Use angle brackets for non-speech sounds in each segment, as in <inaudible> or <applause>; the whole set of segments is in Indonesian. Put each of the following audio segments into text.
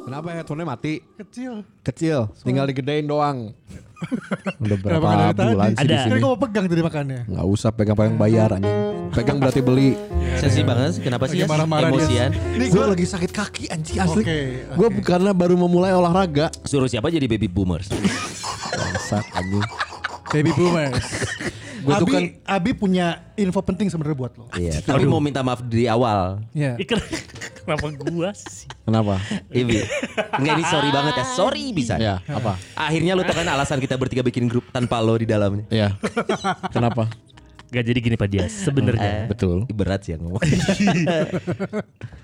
Kenapa headphone-nya mati? kecil. Kecil, tinggal digedein doang. <laughs> Udah berapa nggak dari bulan sih tadi? di Ada. Kan sini? gue mau pegang tadi makannya. Nggak usah pegang-pegang bayar anjing. Pegang berarti beli. Sensi banget sih, kenapa sih Lagi ya? marah-marah dia. Emosian. Ini gue lagi sakit kaki anjing asli. Oke, Gue karena baru memulai olahraga. Suruh siapa jadi baby boomers? Bangsat anjing. Baby boomers. <laughs> Gua tuh Abi, kan- Abi punya info penting sebenarnya buat lo. Iya, tapi mau minta maaf di awal. Iya. Ih, ken- Kenapa gua sih? Kenapa? Ibi. Enggak ini sorry banget ya. Sorry bisa. Ya, apa? Akhirnya lu tekan alasan kita bertiga bikin grup tanpa lo di dalamnya. Ya. Kenapa? Gak jadi gini Pak Dias. Sebenarnya Betul. Eh, Berat sih yang ngomong.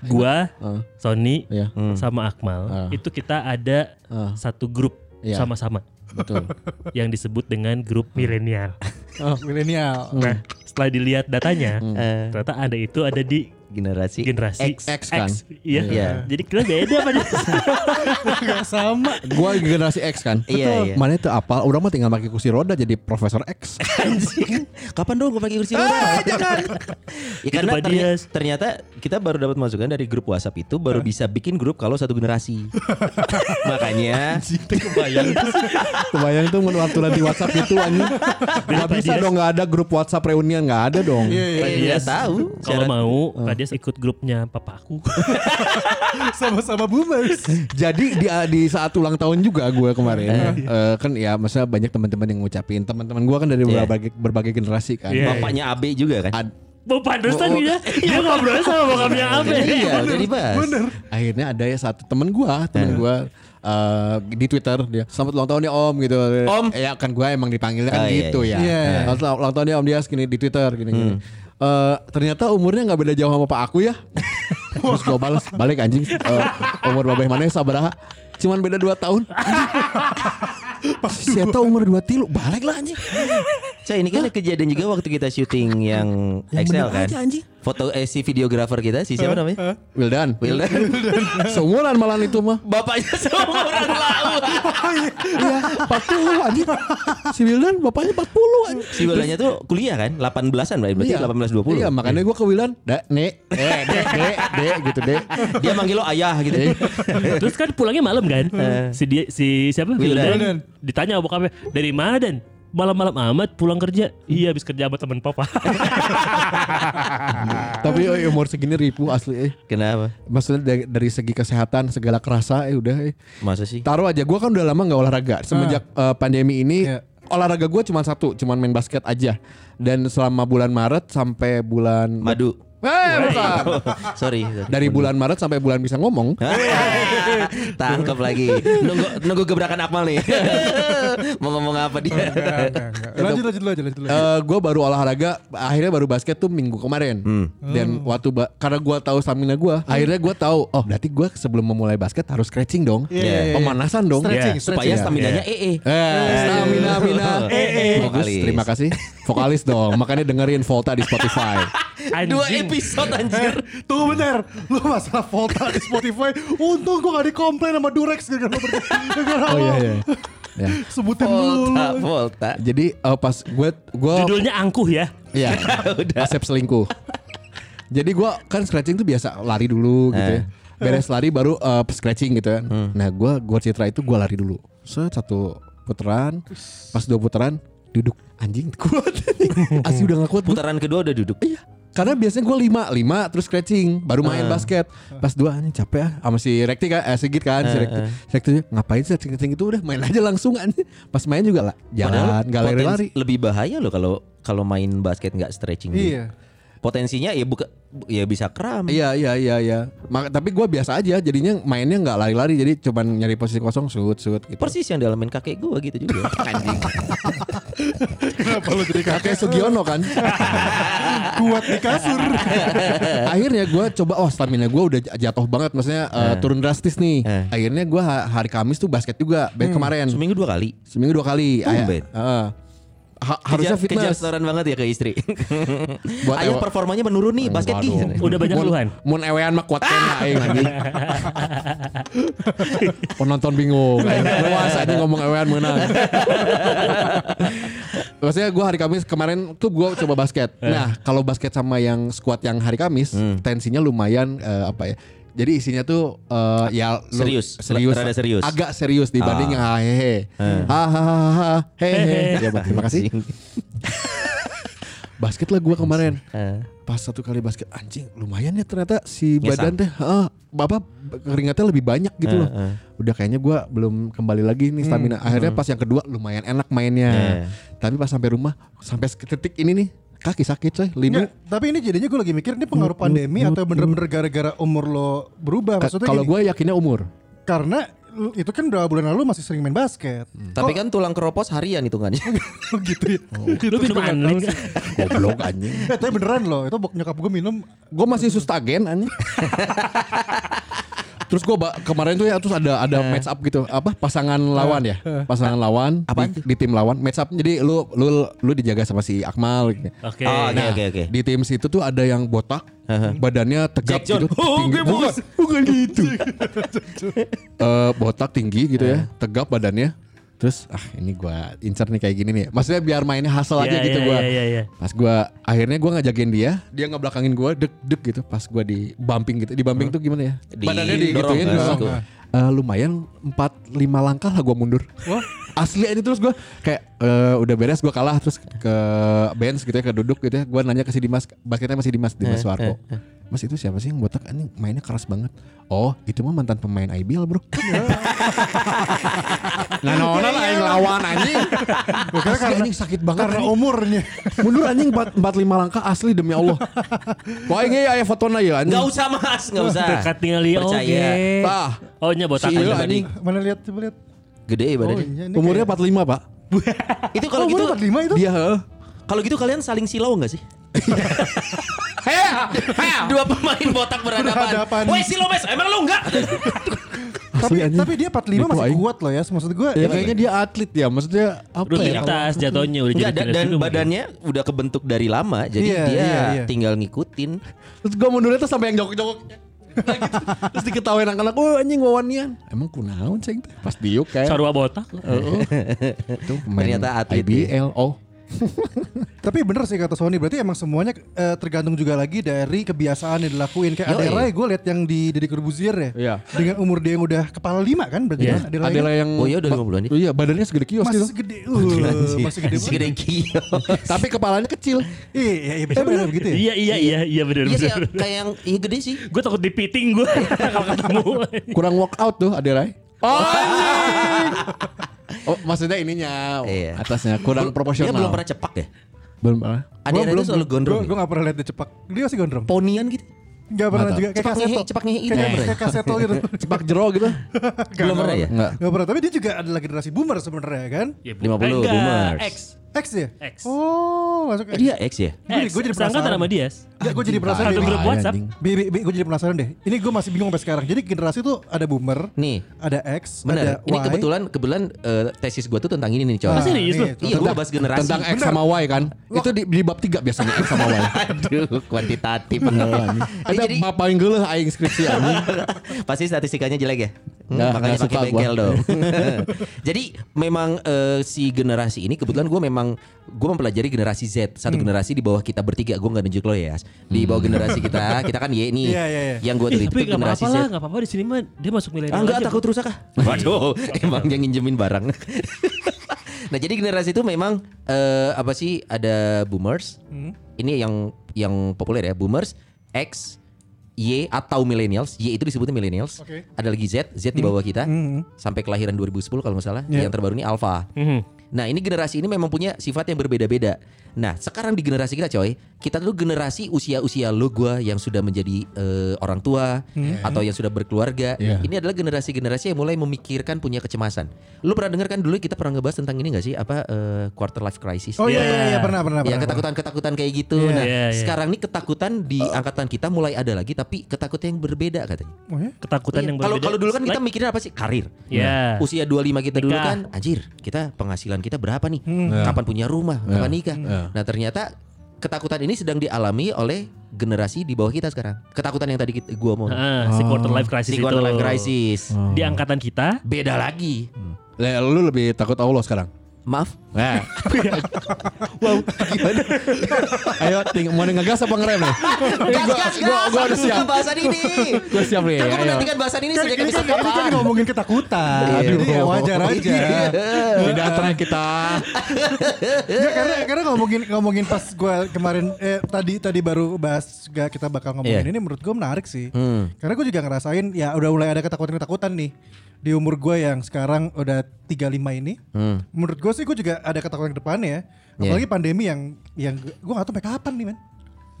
gua, Eh. Sony, Hmm. Iya. Hmm. sama Akmal itu kita ada Eh. satu grup Iya. sama-sama Betul. yang disebut dengan grup Hmm. milenial. Oh, Milenial. <laughs> Nah, setelah dilihat datanya, Eh, ternyata ada itu ada di Generasi. Eh, generasi X. X kan? Iya. Iya. Jadi kita beda Pak <laughs> Dias. Gak sama. Gue generasi X kan? Iya, iya. Mana itu apa? Orang mah tinggal pakai kursi roda jadi Profesor X. Anjing. Kapan dong gue pakai kursi <laughs> roda? jangan. ya karena Pak terny- Dias. ternyata kita baru dapat masukan dari grup WhatsApp itu baru bisa bikin grup kalau satu generasi. Makanya <laughs> Kebayang tuh menu aturan di WhatsApp itu anjing. Gak Pak bisa Dias. dong gak ada grup WhatsApp reunian gak ada dong. Pak Dias Iya, tahu. Kalau Syarat- mau Pak Dias ikut grupnya papa aku. <laughs> Sama-sama boomers. <laughs> Jadi di, ah, di saat ulang tahun juga gue kemarin eh, kan ya masa banyak teman-teman yang ngucapin teman-teman gue kan dari Iya. berbagai berbagai generasi kan. Iya. Bapaknya AB juga kan? Ad- Mau pantesan dia. Dia ngobrol sama bokapnya Oh, Abe. Iya, udah dibahas. akhirnya ada ya satu teman gue teman gue eh, di Twitter dia selamat ulang tahun ya Om gitu. Om. Ya kan gue emang dipanggilnya kan Oh, iya, gitu iya. Hmm. ya. Iya. Selamat ulang- ulang tahun ya Om dia gini di Twitter gini gini. Eh, ternyata umurnya nggak beda jauh sama pak aku ya. Terus gue balas balik anjing eh, umur babeh mana sabaraha? Cuman beda 2 tahun. Siapa umur 2 tilu balik lah anjing. Cah ini kan ada kejadian juga waktu kita syuting yang, bener Excel kan. aja, anjing. Eh, Foto eh, si videografer kita si siapa namanya? Wildan. Wildan. Seumuran malah itu mah. <laughs> Bapaknya seumuran lau. Iya, 40 anjing. Si Wildan bapaknya 40 anjing. Si Wildannya tuh kuliah kan, 18-an berarti, berarti 18-20. Iya, makanya gue ke Wildan, "Dek, Nek." Eh, Dek, Dek, Dek gitu, Dek. Dia manggil lo ayah gitu. Iya. Terus kan pulangnya malam kan? si dia si Eh. siapa? Wildan. Wildan. Ditanya bokapnya, "Dari mana, Dan?" Malam-malam amat pulang kerja. Iya, habis kerja sama temen <laughs> papa. Tapi eh, umur segini ribu asli eh. <laughs> Kenapa? Maksudnya dari, dari segi kesehatan segala kerasa eh udah eh. Masa sih? Taruh aja gue kan udah lama nggak olahraga semenjak eh, pandemi ini. Iya. Olahraga gue cuma satu, cuma main basket aja. Dan selama bulan Maret sampai bulan Madu. Eh, bukan. <laughs> Sorry. Dari <laughs> bulan Maret sampai bulan bisa ngomong. Tangkap lagi. Nunggu nunggu gebrakan Akmal nih. <laughs> Mau ngomong apa Iya. dia? Enggak, enggak. Lanjut, lanjut, lanjut, lanjut. lanjut. Eh, gue baru olahraga akhirnya baru basket tuh minggu kemarin dan waktu ba- karena gue tahu stamina gue akhirnya gue tahu oh berarti gue sebelum memulai basket harus stretching dong iya, pemanasan dong Stretching, Iya, Supaya stretching. stamina-nya ee. Eh, stamina, mina. Eh, eh. Bagus, Vokalis. terima kasih. Vokalis dong, makanya dengerin Volta di Spotify. Anjing. Dua episode anjir. Tunggu bentar, lu masalah Volta di Spotify. Untung gua gak dikomplain sama Durex gara-gara lu ber- gara-gara Oh lu iya iya. Ya. sebutin Volta, mulu. Volta. Jadi eh, pas gue gue Judulnya angkuh ya. <laughs> Iya. Asep selingkuh. Jadi gua kan scratching tuh biasa lari dulu gitu ya. Beres lari baru uh, scratching gitu kan. Nah, gua gua citra itu gua lari dulu. Set satu putaran, pas dua putaran duduk anjing <laughs> kuat anjing. asli udah gak kuat gua. Putaran kedua udah duduk. Iya. karena biasanya gua lima lima terus scratching baru main basket pas dua anjing capek ah sama si Rekti kan eh, Sigit kan si Rekti Si Rekti ngapain sih scratching itu udah main aja langsung anjing pas main juga lah jalan nggak lari potensi- lari Lebih bahaya loh kalau kalau main basket nggak stretching. gitu. Iya. Potensinya ya buka ya bisa kram. Iya iya iya iya. Maka, tapi gua biasa aja jadinya mainnya nggak lari-lari jadi cuman nyari posisi kosong shoot shoot gitu. Persis yang dialamin kakek gua gitu <laughs> juga. Anjing. Kenapa lu jadi kakek Kayak Sugiono <laughs> kan. kuat di kasur? Akhirnya gua coba oh stamina gua udah jatuh banget maksudnya eh, turun drastis nih. Eh. Hmm. Akhirnya gua ha- hari Kamis tuh basket juga baik kemarin. Seminggu dua kali. Seminggu dua kali. Tumben. Ayah- Heeh. ha- harusnya Kejar- kejar fitness. setoran banget ya ke istri. <laughs> Buat Ayo ewa- performanya menurun nih basket Waduh. ki. Udah banyak Mun- keluhan. Mun iya. ewean mah kuat kena <laughs> aing anjing. Penonton bingung. aing. Luas aja ngomong ewean <laughs> menang. Maksudnya gue hari Kamis kemarin tuh gue coba basket. Eh. Nah kalau basket sama yang squad yang hari Kamis Hmm. tensinya lumayan eh, apa ya. Jadi isinya tuh eh, ya lu- Serius. serius, Rada serius. agak serius Ah. dibanding yang Eh. hehehe, hahaha, <laughs> hehehe. Ya, terima kasih. Basket lah gue kemarin pas satu kali basket anjing lumayan ya ternyata si Ngesang. badan teh ah, bapak keringatnya lebih banyak gitu loh udah kayaknya gua belum kembali lagi nih stamina akhirnya pas yang kedua lumayan enak mainnya Eh. tapi pas sampai rumah sampai titik ini nih kaki sakit coy linu Nggak, tapi ini jadinya gue lagi mikir ini pengaruh pandemi atau bener-bener gara-gara umur lo berubah Ka- maksudnya kalau gini, gua yakinnya umur karena lu- itu kan udah bulan lalu masih sering main basket. Tapi kan tulang keropos harian hitungannya. Oh <laughs> gitu ya. Lu minum anlin kan? <laughs> goblok anjing Eh, tapi beneran loh, itu bok- nyokap gue minum gua masih sustagen anjing Terus gua ba- kemarin tuh ya terus ada ada match up gitu apa pasangan lawan ya pasangan lawan Apaan di, di tim lawan match up jadi lu lu lu dijaga sama si Akmal gitu. Oke. Ah, Nah, oke, oke. di tim situ tuh ada yang botak, badannya tegap Jack John. gitu. Oh, tinggi. gue bos. <laughs> bukan gitu. Eh, botak tinggi gitu ya, tegap badannya. Terus ah ini gua incer nih kayak gini nih. Maksudnya biar mainnya hasil aja Iya, gitu iya, gua. iya, iya, iya. Pas gua akhirnya gua ngajakin dia, dia ngebelakangin gua deg-deg gitu pas gua di bumping gitu. Di bumping tuh gimana ya? Di- badannya digituin dorong, dorong. dorong. Eh, lumayan 4 5 langkah lah gua mundur. Asli aja terus gua kayak eh, udah beres gua kalah terus ke bench gitu ya, ke duduk gitu ya. Gua nanya ke si Dimas, basketnya masih Dimas, Dimas Suarko. Mas itu siapa sih yang botak anjing mainnya keras banget. Oh, itu mah mantan pemain IBL, <laughs> Bro. nah, nah, nah, aing lawan anjing. Asli anjing sakit banget. karena anjing. umurnya. <laughs> Mundur anjing 4 45 langkah asli demi <laughs> Allah. Wah ini aya fotona ya anjing. Gak usah mas, gak usah. Dekat ningali oke. Percaya. Tah. Oh nya botak Si Iya, aja tadi. anjing. Mana lihat coba lihat. Gede Oh, badannya. iya, ini Umurnya 45, Pak. Itu kalau Oh, gitu, umurnya 45 itu? Dia heeh. kalau gitu kalian saling silau gak sih? Dua pemain botak Berhadapan. berhadapan. Woi silau mes, emang lu enggak? tapi, Asli, anjing. tapi dia 45 Nipu, masih aing. kuat loh ya. Maksud gue Iya, Ya kayaknya dia atlet ya, maksudnya apa ya? Rutinitas jatuhnya udah Enggak, jadi dan, fitness dan juga mungkin. badannya udah kebentuk dari lama, jadi Iya, dia iya, iya. tinggal ngikutin. Terus gue mundurnya tuh sampai yang jongkok-jongkok. Nah, gitu. Terus diketawain anak-anak, "Oh anjing wawanian." Emang kunaon ceng teh? Pas diuk kayak. Sarwa botak. Heeh. Itu pemain Ternyata atlet IBL. Oh. Tapi bener sih kata Sony berarti emang semuanya eh, tergantung juga lagi dari kebiasaan yang dilakuin kayak Yoi. Adelaide gue lihat yang di Deddy Corbuzier ya. Iya. Dengan umur dia yang udah kepala lima kan berarti Iya. kan Adelaide Adalah yang Oh, iya, udah lima bulan ya? Iya, badannya segede kan? kios masih <laughs> gitu. gede. Uh, masih <laughs> gede. Masih gede kios. Tapi kepalanya kecil. Iya, iya, iya, bener, bener begitu ya. Iya iya iya iya benar Iya sih, benar. kayak yang iya gede sih. Gue takut dipiting <laughs> gue kalau ketemu. Kurang workout tuh Adelaide. Oh, anjing. <laughs> oh, maksudnya ininya Iya. atasnya kurang proporsional. Dia belum pernah cepak ya? Belum ah. pernah. Ada yang itu selalu gondrong. Gue ya? gak pernah lihat dia cepak. Dia masih gondrong. Ponian gitu. Gak pernah Nggak juga kayak Cepak ngehe, kaseto. cepak ngehe gitu. Kayak- Nggak Kayak kaseto <laughs> gitu. Cepak jero gitu. Belum pernah ya? Enggak. Gak pernah, tapi dia juga adalah generasi boomer sebenarnya kan? Iya. Ya, 50 bu- enggak, boomers. X. X ya? X. Oh, masuk X. Eh, dia X ya? Gua- X. gua jadi Seangkatan penasaran. sama dia. Eh, Gak, gue jadi penasaran. Satu deh. grup Tai, WhatsApp. anjing. Bi, bi, bi, gue jadi penasaran deh. Ini gue masih bingung sampai sekarang. Jadi generasi tuh ada boomer, Nih. ada X, Benar. ada Y. Nah, Ini kebetulan kebelan eh, tesis gua tuh tentang ini nih, coy. Ah, serius lu? Iya, gua bahas generasi. Tentang X sama Y kan. Itu di, di bab 3 biasanya X sama <laughs> Y. Aduh, kuantitatif banget. <laughs> Ini Ada jadi bab paling geuleuh aing skripsi anjing. pasti statistikanya jelek ya. Hmm, Nggak, makanya nggak pakai suka gua. bengkel dong. <laughs> jadi memang eh, si generasi ini kebetulan gue memang gue mempelajari generasi Z, satu generasi di bawah kita bertiga. Gue nggak nunjuk lo ya. Yas. Di bawah generasi kita, kita kan Y nih. Iya, iya, iya. Yang gue Ih, teliti tapi itu gak generasi Z. apa-apa lah, gak apa-apa di sini mah dia masuk milenial. Ah, enggak aja. takut rusak ah. Waduh, <laughs> emang yang nginjemin barang. <laughs> nah, jadi generasi itu memang eh, apa sih ada boomers. Ini yang yang populer ya, boomers, X, Y atau millennials. Y itu disebutnya millennials. Oke. Ada lagi Z, Z di bawah kita. Sampai kelahiran 2010 kalau nggak salah. Yang terbaru ini alpha. Nah, ini generasi ini memang punya sifat yang berbeda-beda. Nah, sekarang di generasi kita coy, kita dulu generasi usia-usia lo gua yang sudah menjadi eh, orang tua atau yang sudah berkeluarga. Iya. Ini adalah generasi-generasi yang mulai memikirkan punya kecemasan. Lu pernah dengar kan dulu kita pernah ngebahas tentang ini gak sih apa eh, quarter life crisis? Oh iya Iya. iya iya, pernah pernah Ya pernah. ketakutan-ketakutan kayak gitu. Iya. Nah, Iya, iya. sekarang ini ketakutan di angkatan kita mulai ada lagi tapi ketakutan yang berbeda katanya. pernah. Oh, ya? Ketakutan Iya, yang Kalau berbeda. kalau dulu kan kita Like- mikirin apa sih? Karir. Iya. Usia 25 kita dulu Nikah. Hmm. kan anjir, kita penghasilan kita berapa nih? Kapan punya rumah? Kapan nikah? Nah, ternyata ketakutan ini sedang dialami oleh generasi di bawah kita sekarang. Ketakutan yang tadi kita, gua mau. Heeh, si Oh. quarter life crisis Si quarter itu. life crisis. Di angkatan kita Beda lagi. Lah, Lu lebih takut Allah sekarang. Maaf. <laughs> Nah. wow, gimana? <laughs> Ayo, ting mau ngegas apa ngerem nih? Gas Gua- gas gua- gas. Gua udah siap. bahasan ini. Gua siap Iya, nih. Kan gua ayo. menantikan bahasan ini sejak Ini kan, episode Iya. ini kan kapan? ngomongin ketakutan. Aduh, ya wajar aja. Iya. Tidak terakhir kita. Ya, karena karena ngomongin ngomongin pas gue kemarin eh tadi tadi baru bahas gak kita bakal ngomongin Iya. ini menurut gue menarik sih. Hmm. Karena gue juga ngerasain ya udah mulai ada ketakutan-ketakutan nih di umur gue yang sekarang udah 35 ini. Hmm. Menurut gue sih gue juga ada ketakutan ke depannya. ya. Iya. Apalagi pandemi yang yang gue gak tau sampai kapan nih men.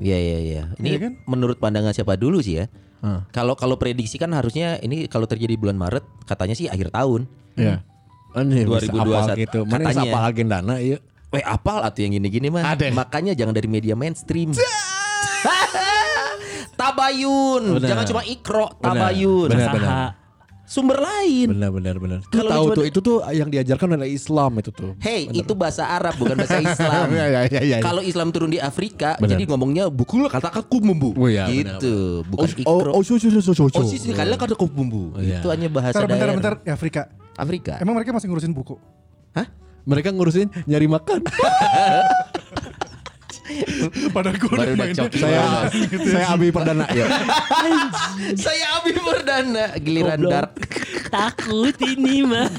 Iya iya iya. Ini Iya kan? menurut pandangan siapa dulu sih ya? Kalau kalau prediksi kan harusnya ini kalau terjadi bulan Maret katanya sih akhir tahun. Iya. Anjir, 2021. 2021 gitu. Mana Katanya. siapa agendana iya. Weh Eh, apal atau yang gini-gini mah. Ada. Makanya jangan dari media mainstream. <laughs> tabayun, Benar. jangan cuma ikro, Benar. tabayun. Benar, Saha. benar. Sumber lain. Benar benar benar. Lu Kalau tahu cuma- tuh itu tuh yang diajarkan oleh Islam itu tuh. Hey, itu bahasa Arab bukan bahasa Islam. Iya, iya, iya, iya. Kalau Islam turun di Afrika, Benar. jadi ngomongnya bukul katakan kumbu. Oh, iya, gitu, bukan ikro. Oh, oh, oh, so, so, so, so, so. Oh sih sekali kan ada kup bumbu. Iya. Itu hanya bahasa Bentar, bentar, daerah. bentar. Ya, Afrika. Afrika. Emang mereka masih ngurusin buku? Hah? Mereka ngurusin nyari makan. Padahal gue Baru udah coki. saya Iya. <laughs> saya Abi Perdana ya. <laughs> Saya Abi Perdana giliran Goblok. dark. takut ini mah.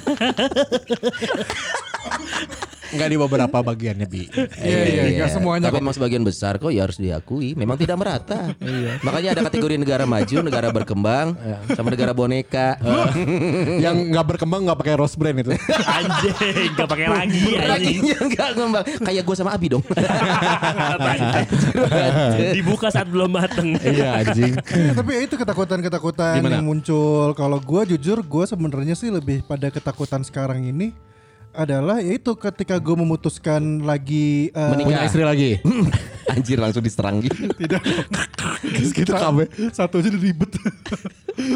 Enggak di beberapa bagiannya Bi. Iya, iya, nggak semuanya Tapi kok. memang sebagian besar kok ya harus diakui. Memang tidak merata. Makanya ada kategori negara maju, negara berkembang, sama negara boneka. Eh, yang nggak berkembang nggak pakai rose brand itu. Anjing, gak pakai lagi anjing. Rakinya nggak ngembang. Kayak gue sama Abi dong. <laughs> Dibuka saat belum mateng. <laughs> Iya anjing. Iya, tapi ya itu ketakutan-ketakutan Gimana? yang muncul. Kalau gue jujur, gue sebenarnya sih lebih pada ketakutan sekarang ini adalah yaitu ketika gue memutuskan lagi eh, Punya istri lagi. <laughs> Anjir langsung diserang gitu. tidak Terus gitu kabe. satu aja udah ribet.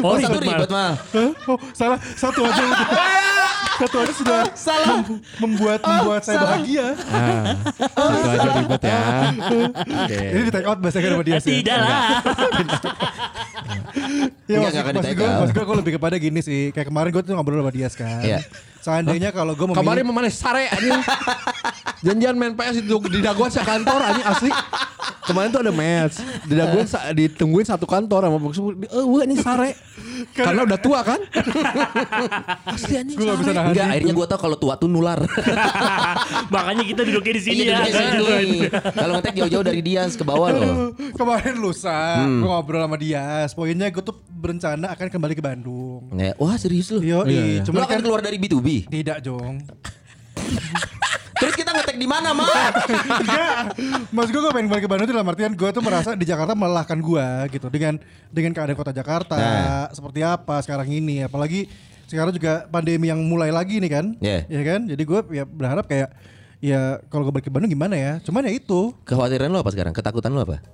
Oh, Satu ribet ribet mah. mah. Hah? oh salah satu aja <laughs> udah. satu aja sudah Salah. Oh, mem- membuat membuat saya bahagia. Ah, Satu aja ribet ya. Oke. Ini di take out bahasanya sama dia sih. Eh, Tidak lah. Ya, Enggak, maksud, enggak akan maksud di-take gue, out. maksud gue, gue lebih kepada gini sih. Kayak kemarin gue tuh ngobrol sama dia kan. Iya. Seandainya kalau gue memilih Kabarin mana sare anjing. <laughs> Janjian main PS itu di daguan sekantor anjing asli. Kemarin tuh ada match. Di daguan sa- ditungguin satu kantor sama bos. Eh, wah, ini sare. Karena udah tua <laughs> kan? Asli anjing. gue gak bisa sare. nahan. Enggak, akhirnya gue tau kalau tua <laughs> tuh nular. Makanya kita duduknya di sini Iya, ya. duduknya kan? sini. Kalau ngetek jauh-jauh dari dia ke bawah loh. Kemarin lusa, gue ngobrol sama dia. Poinnya gue tuh berencana akan kembali ke Bandung. Ya, Wah serius lu. Yo, Iya, iya. Lu cuma akan kan keluar dari B2B. tidak jong. <laughs> Terus kita ngetek di mana, Mak? <laughs> Enggak, maksud gue gue pengen balik ke Bandung itu dalam artian gue tuh merasa di Jakarta melelahkan gue gitu dengan dengan keadaan kota Jakarta Nah. seperti apa sekarang ini, apalagi sekarang juga pandemi yang mulai lagi nih kan, Iya. ya kan, jadi gue ya berharap kayak ya kalau gue balik ke Bandung gimana ya, cuman ya itu. Kekhawatiran lu apa sekarang? Ketakutan lu apa?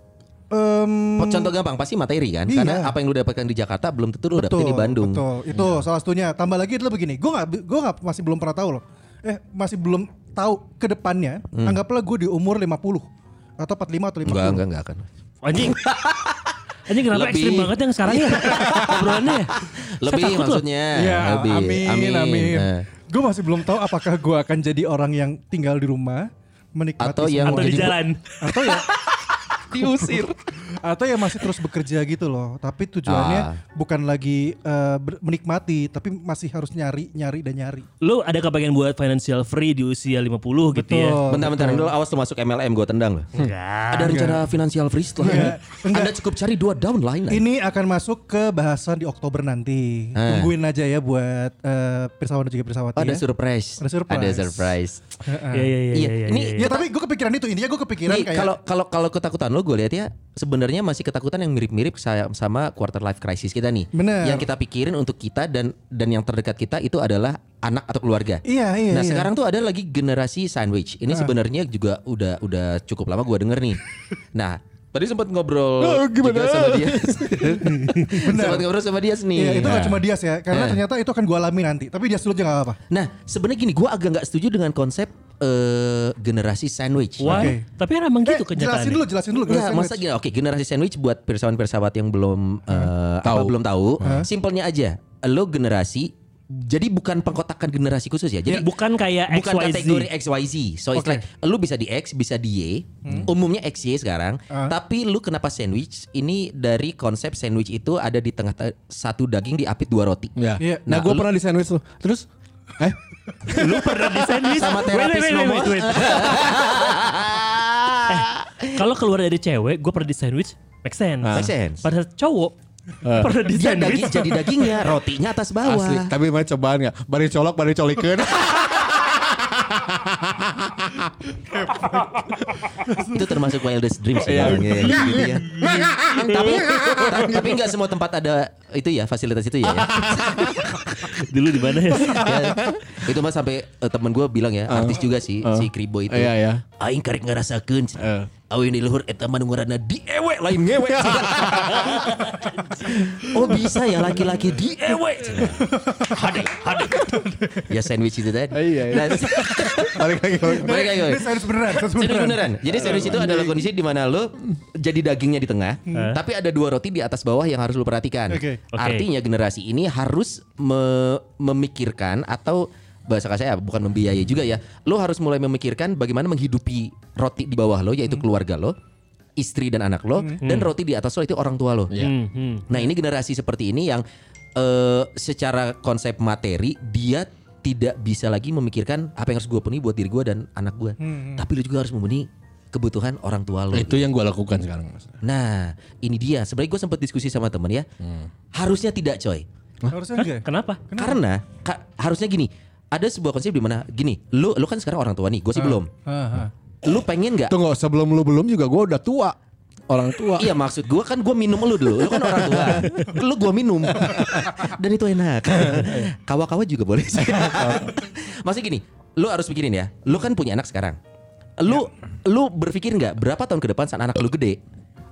Em, Contoh gampang pasti materi kan? Hmm. Iya. Karena apa yang lu dapatkan di Jakarta belum tentu lu dapetin di Bandung. Iya. Betul. Itu salah satunya. Tambah lagi adalah begini, gue nggak, gue nggak masih belum pernah tahu loh. Eh masih belum tahu ke depannya. Anggaplah gue di umur 50 atau 45 atau 50. Hmm. Enggak, enggak, enggak akan. Anjing. Anjing kenapa Lebih. ekstrim banget yang sekarang ya? Obrolannya. ya? Saya Lebih takut loh. maksudnya. Iya, lebih. amin, amin. Nah. Gue masih belum tahu apakah gue akan jadi orang yang tinggal di rumah menikmati Atau yang Atau semua. di <laughs> Jadi- jalan. atau ya Diusir. atau yang masih terus bekerja gitu loh tapi tujuannya Ah. bukan lagi eh, ber- menikmati tapi masih harus nyari nyari dan nyari Lu ada kepengen buat financial free di usia 50 gitu ya? Oh, Betul. Bentar-bentar dulu awas tuh masuk MLM gue tendang loh. Enggak. Ada rencana financial free setelah ini. Enggak, Iya. enggak. Anda cukup cari dua downline. lah. ini akan masuk ke bahasan di Oktober nanti Ah. tungguin aja ya buat eh, Pirsawan dan juga Pirsawati Oh, Ada ya. surprise. Ada surprise. Ada surprise. Iya iya iya. Iya, iya, ini- iya, iya. ya tapi gue kepikiran itu intinya gue kepikiran Nih, kayak kalau kalau kalau ketakutan lo gue lihat ya sebenarnya masih ketakutan yang mirip-mirip saya- sama quarter life crisis kita nih. Bener. Yang kita pikirin untuk kita dan dan yang terdekat kita itu adalah anak atau keluarga. Iya, iya, Nah iya. sekarang tuh ada lagi generasi sandwich. Ini sebenarnya juga udah udah cukup lama gue denger nih. nah tadi sempat ngobrol juga sama dia. sempat ngobrol sama dia nih. Iya, itu nggak Nah. cuma Dias ya, karena Nah. ternyata itu akan gue alami nanti. Tapi Dias dulu aja nggak apa-apa. Nah sebenarnya gini gue agak nggak setuju dengan konsep eh, generasi sandwich. Wah, Oke. tapi kan emang eh, jelasin gitu dulu, kenyataannya. jelasin dulu. Enggak, jelasin Iya, masa gitu. dulu. gini. Oke, generasi sandwich buat pirsawan-pirsawat yang belum eh, apa, belum tahu, simpelnya aja. Lo generasi jadi bukan pengkotakan generasi khusus ya. Jadi Iya, bukan kayak bukan XYZ. kategori XYZ. So it's like lu bisa di X, bisa di Y. Umumnya XY sekarang. Tapi lu kenapa sandwich? Ini dari konsep sandwich itu ada di tengah te- satu daging diapit dua roti. Ya. Iya. Nah, Nah, gue lu- <laughs> pernah di sandwich tuh. Terus eh <laughs> Lu pernah di sandwich Sama Wait, wait, terapis wait, nomor. wait, wait. Eh, Kalau keluar dari cewek, gue pernah di sandwich, make sense. Make sense. Padahal cowok pernah di Ah. Dia sandwich. daging, jadi dagingnya, rotinya atas bawah. asli. Tapi mana cobaan nggak? Bari colok, bari colikin. itu termasuk wildest dreams ya. Iya, iya, gitu ya. tapi tapi nggak semua tempat ada itu ya fasilitas itu ya. <laughs> Dulu di mana <laughs> ya? Ya, itu mah sampai eh, temen gue bilang ya artis juga sih si Kribo itu. Iya, iya. Aing karek ngerasakan Eh. Awin di luhur eta manungurana diewe E lain <laughs> ngewe. oh bisa ya laki-laki diewe. Hade, hade. ya sandwich itu tadi. Iya, iya. Nah, <laughs> Balik lagi. balik lagi. Balik lagi. Ini serius beneran, serius Serius beneran. Iya, beneran. Jadi serius itu adalah kondisi di mana lo jadi dagingnya di tengah, Eh. tapi ada dua roti di atas bawah yang harus lo perhatikan. Oke. Oke. Artinya generasi ini harus me- memikirkan atau bahasa kasar saya bukan membiayai juga ya. Lo harus mulai memikirkan bagaimana menghidupi roti di bawah lo yaitu Hmm. keluarga lo, istri dan anak lo, dan roti di atas lo itu orang tua lo. Hmm, hmm. Nah ini generasi seperti ini yang eh, secara konsep materi dia tidak bisa lagi memikirkan apa yang harus gue penuhi buat diri gue dan anak gue. Hmm, Tapi lu juga harus memenuhi kebutuhan orang tua lo. Itu yang gue lakukan sekarang. Mas. Nah ini dia. Sebenarnya gue sempat diskusi sama temen ya. Hmm. Harusnya tidak coy. Harusnya enggak. ya? Kenapa? Karena ka- harusnya gini. Ada sebuah konsep di mana gini. Lu lu kan sekarang orang tua nih. Gue sih belum. Ah, ah. Lu pengen nggak? Tunggu, sebelum lu belum juga gue udah tua. Orang tua. Iya maksud gue kan gue minum lu dulu Lu kan orang tua Lu gue minum Dan itu enak Kawa-kawa juga boleh sih Maksudnya gini Lu harus pikirin ya Lu kan punya anak sekarang Lu lu berpikir nggak Berapa tahun ke depan saat anak lu gede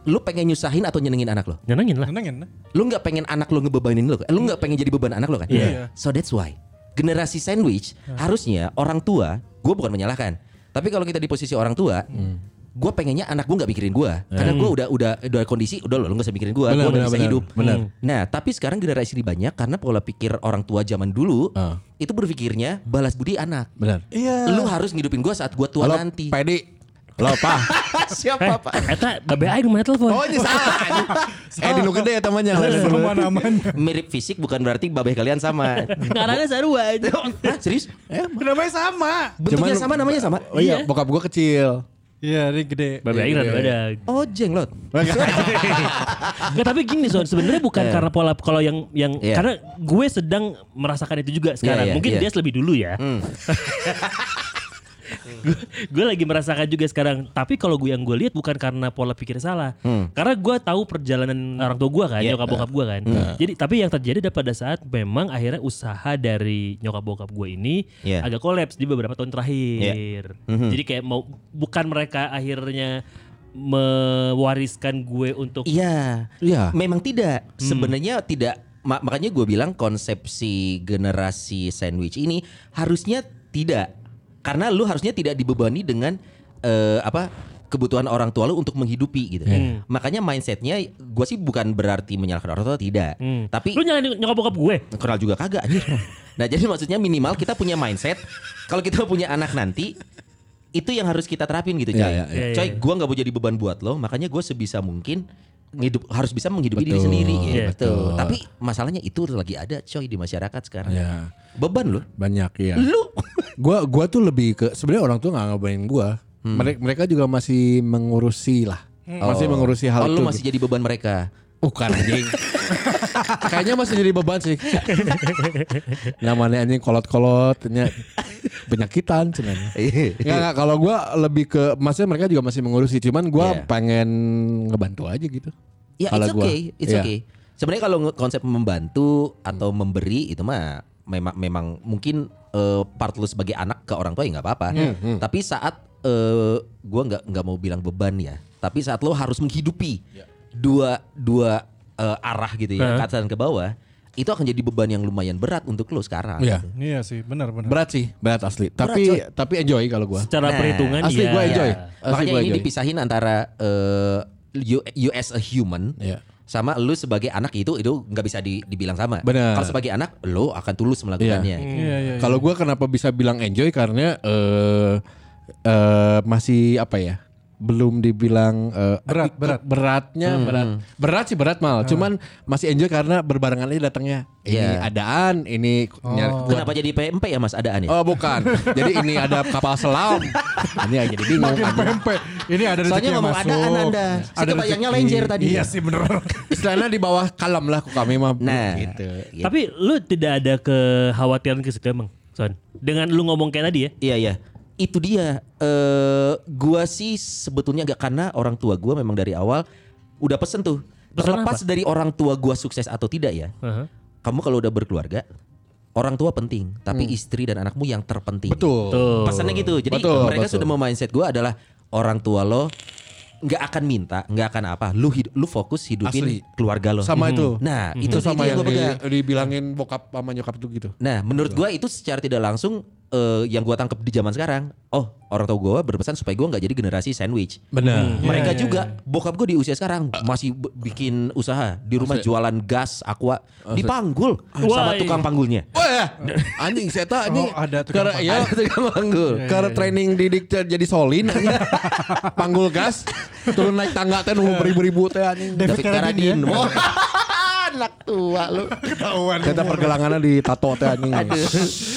Lu pengen nyusahin atau nyenengin anak lo Nyenengin lah. Senengin. Lu nggak pengen anak lu ngebebanin lu kan? Lu nggak pengen jadi beban anak lu kan Iya. So that's why Generasi sandwich Iya. Harusnya orang tua Gue bukan menyalahkan Tapi kalau kita di posisi orang tua Hmm. Gue pengennya anak gue nggak mikirin gue Karena gue udah, udah udah kondisi Udah loh lu gak usah mikirin gue Gue Iya. Benar, udah benar, bisa benar, hidup benar. Hmm. Nah tapi sekarang generasi ini banyak Karena pola pikir orang tua zaman dulu Ah. Itu berpikirnya Balas budi anak Benar. Iya. Lu harus ngidupin gue saat gue tua Halo, nanti Pedi. Lo, <laughs> Pak. Eh, Siapa pak? Eta, babe aing mana telepon. Oh, ini <laughs> iya. salah. Eh, di lu gede ya temannya. Semua namanya. Mirip fisik bukan berarti babeh kalian sama <laughs> Ngarana <laughs> sarua. Hah, serius? Eh, Namanya sama. Bentuknya Cuman- sama namanya sama Oh iya, bokap gue kecil. <laughs> Iya, ini gede. Babe aing rada badag. Ojeng lot Nggak, tapi gini Son, sebenarnya bukan karena pola kalau yang yang Iya. karena gue sedang merasakan itu juga iya, sekarang. Mungkin iya. dia lebih dulu ya. <laughs> Gue- gue lagi merasakan juga sekarang. Tapi kalau gue yang gue lihat bukan karena pola pikir salah. Hmm. Karena gue tahu perjalanan orang tua gue kan, Iya. nyokap bokap gue kan. Hmm. Jadi tapi yang terjadi adalah pada saat memang akhirnya usaha dari nyokap bokap gue ini Iya. Hmm. agak kolaps di beberapa tahun terakhir. Jadi kayak mau bukan mereka akhirnya mewariskan gue untuk Iya. Iya. Memang tidak. Sebenarnya tidak. Ma- makanya gue bilang konsepsi generasi sandwich ini harusnya tidak. Karena lu harusnya tidak dibebani dengan eh, apa kebutuhan orang tua lu untuk menghidupi gitu. Makanya mindsetnya gue sih bukan berarti menyalahkan orang tua tidak. Tapi Hmm. Lu nyalain nyokap bokap gue. kenal juga <laughs> kagak anjir. Nah, jadi maksudnya minimal kita punya mindset kalau kita punya anak nanti itu yang harus kita terapin gitu coy. Iya, iya, iya. Coy, gua nggak mau jadi beban buat lo, makanya gue sebisa mungkin ngidup harus bisa menghidupi diri Betul, sendiri betul. ya, betul. Tapi masalahnya itu lagi ada coy di masyarakat sekarang. Ya. Beban loh. banyak ya. Lu gua gua tuh lebih ke sebenarnya orang tuh nggak ngabarin gua. Mereka mereka juga masih mengurusi lah. Masih mengurusi hal oh, itu. gitu. lu masih jadi beban mereka. Bukan anjing. Kayaknya masih jadi beban sih. Namanya anjing kolot-kolot, nya penyakitan cuman. Enggak, enggak, kalau gua lebih ke maksudnya mereka juga masih mengurusi, cuman gua Iya. pengen ngebantu aja gitu. Ya Kalau it's gua. okay, it's Iya. Hmm. okay. Sebenarnya kalau nge- konsep membantu atau memberi itu mah memang memang mungkin eh, part lu sebagai anak ke orang tua ya nggak apa-apa. Hmm, Tapi saat eh, gua nggak nggak mau bilang beban ya, tapi saat lo harus menghidupi Ya. dua dua eh, arah gitu ya, ke atas dan ke bawah, itu akan jadi beban yang lumayan berat untuk lo sekarang. Iya. Iya sih, benar-benar. Berat sih, berat asli. Tapi tapi enjoy kalau gua. Secara Nah, perhitungan asli ya. gua enjoy. ya. Asli Makanya gua ini enjoy. dipisahin antara eh, you, you as a human Iya. sama lu sebagai anak itu itu nggak bisa di- dibilang sama. Benar. Kalau sebagai anak lu akan tulus melakukannya. Iya, iya. iya. Kalau gua kenapa bisa bilang enjoy karena eh eh, masih apa ya? Belum dibilang eh, Berat, aduh, berat. Hmm, Ah. beratnya berat. Berat sih berat mal, cuman masih enjoy karena berbarengan aja datangnya. Ini Iya. adaan, ini nyari Oh. buat- Kenapa jadi PMP ya Mas adaan ya? Oh bukan, jadi ini ada kapal <laughs> selam. ini ya jadi bingung. anjing. Pempek. Ini ada rezeki Soalnya yang ngomong masuk. adaan Anda. Saya Ada kebayangnya rezeki. lenjer tadi. Iya sih bener. Istilahnya di bawah kalam lah ku kami mah. Nah, gitu. Iya. Tapi lu tidak ada kekhawatiran ke situ emang, Son. Dengan lu ngomong kayak tadi ya. Iya iya. Itu dia. Eh gua sih sebetulnya gak karena orang tua gua memang dari awal udah pesen tuh. Pesen Terlepas dari orang tua gua sukses atau tidak ya. Aha. Uh-huh. Kamu kalau udah berkeluarga, orang tua penting, tapi istri dan anakmu yang terpenting. Hmm. Betul. Tuh. Pesannya gitu. Jadi Betul, mereka betul. sudah mau mindset gua adalah orang tua lo nggak akan minta, nggak akan apa. Lu hid- lu fokus hidupin Asli. keluarga lo. Sama itu. Mhm. Nah, Itu itu, sama yang gue pegang. di- dibilangin bokap sama nyokap tuh gitu. Nah, menurut gua itu secara tidak langsung eh, yang gua tangkap di zaman sekarang, oh orang tua gua berpesan supaya gua nggak jadi generasi sandwich. Benar. Mereka juga iya. bokap gua di usia sekarang masih b- bikin usaha di rumah jualan gas aqua dipanggul iya. sama Wai. tukang <laughs> panggulnya. Wah, ya. anjing saya tak anjing. Oh, ada tukang Iya, karena ya, Ada tukang panggul. karena training didik ter- jadi solin anjing. Panggul gas, turun naik tangga teh nunggu beribu-ribu teh anjing. David David Karadin. Carradine ya. Wah, Anak tua lu. <laughs> Ketahuan. Kita pergelangannya di tato teh anjing.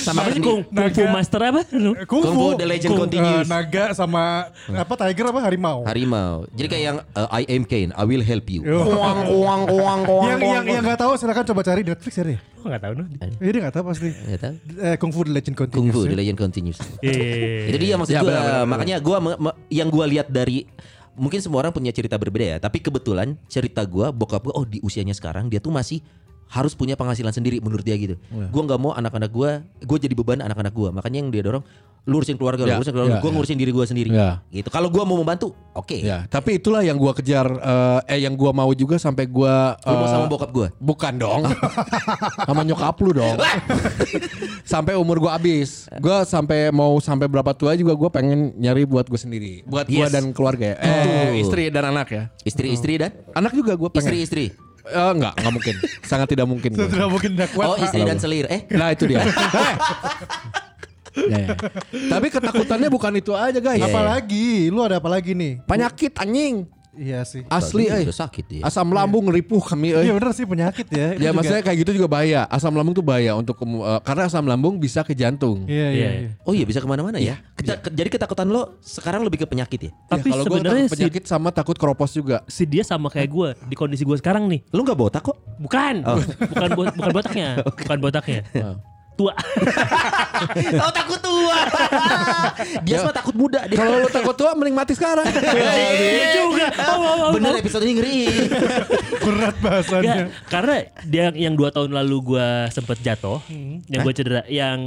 Sama Apa sih kung, kung fu Naga. master apa? Lu? Kung Kung Fu Fu The Legend Kung- Continues. eh, Nah. naga sama apa tiger apa harimau. Harimau. Jadi kayak yang uh, I am Kane, I will help you. Yo. Kuang kuang kuang kuang. yang yang yang nggak tahu silakan coba cari di Netflix ya. Ria. Gua nggak tahu noh. Ini nggak tahu pasti. Nggak Iya, tahu. Eh, Kung Fu The Legend Ya kan? Kung Continues. Fu ya. The Legend <laughs> Continues. Iya. Itu dia maksud Ya, benar, gua. benar, benar. Makanya gua me- me- yang gua lihat dari mungkin semua orang punya cerita berbeda ya, tapi kebetulan cerita gua bokap gua oh di usianya sekarang dia tuh masih harus punya penghasilan sendiri menurut dia gitu. Oh, iya. Gua nggak mau anak-anak gua, gua jadi beban anak-anak gua. Makanya yang dia dorong lu urusin keluarga, lu Ya, urusin keluarga, ya, gua ya. ngurusin diri gua sendiri. Ya. Gitu. Kalau gua mau membantu, oke. Ya, tapi itulah yang gua kejar eh, eh yang gua mau juga sampai gua Lu mau eh, sama bokap gua? Bukan dong. sama nyokap lu dong. sampai umur gua habis. Gua sampai mau sampai berapa tua juga gua pengen nyari buat gua sendiri. Buat gua Yes. dan keluarga ya. Betul. Eh, istri dan anak ya. Istri-istri dan Anak juga gua pengen. istri-istri. Eh, enggak, enggak mungkin. Sangat tidak mungkin. gua. Tidak mungkin <laughs> nggak kuat. Oh, Pak. istri dan selir. Eh, Nah, itu <laughs> dia. Eh. Ya, ya. Tapi ketakutannya bukan itu aja, Oh, iya, guys. Apalagi, lu ada apa lagi nih? Penyakit anjing. Iya sih. Asli Tadi eh. udah sakit dia. Asam lambung ripuh kami eh. Iya bener sih penyakit ya. Itu Ya juga- maksudnya kayak gitu juga bahaya. Asam lambung tuh bahaya untuk kemu- eh, karena asam lambung bisa ke jantung. Iya iya. Iya. iya. Oh iya bisa kemana-mana ya. Kita- ke- Jadi ketakutan lo sekarang lebih ke penyakit ya. ya, Tapi kalau gua sebenarnya takut si, penyakit sama takut keropos juga. si dia sama kayak gua di kondisi gua sekarang nih. Lo nggak botak kok? Bukan, bukan bo- bukan botaknya, bukan botaknya. Tua. <laughs> oh takut tua. Dia mah takut muda. Dia. Kalau lu takut tua mending mati <laughs> sekarang. Iya juga. Oh, oh, oh, Bener oh. episode ini ngeri. iya. Berat bahasannya. Nggak, karena dia yang dua tahun lalu gua sempet jatuh, yang gua cedera, yang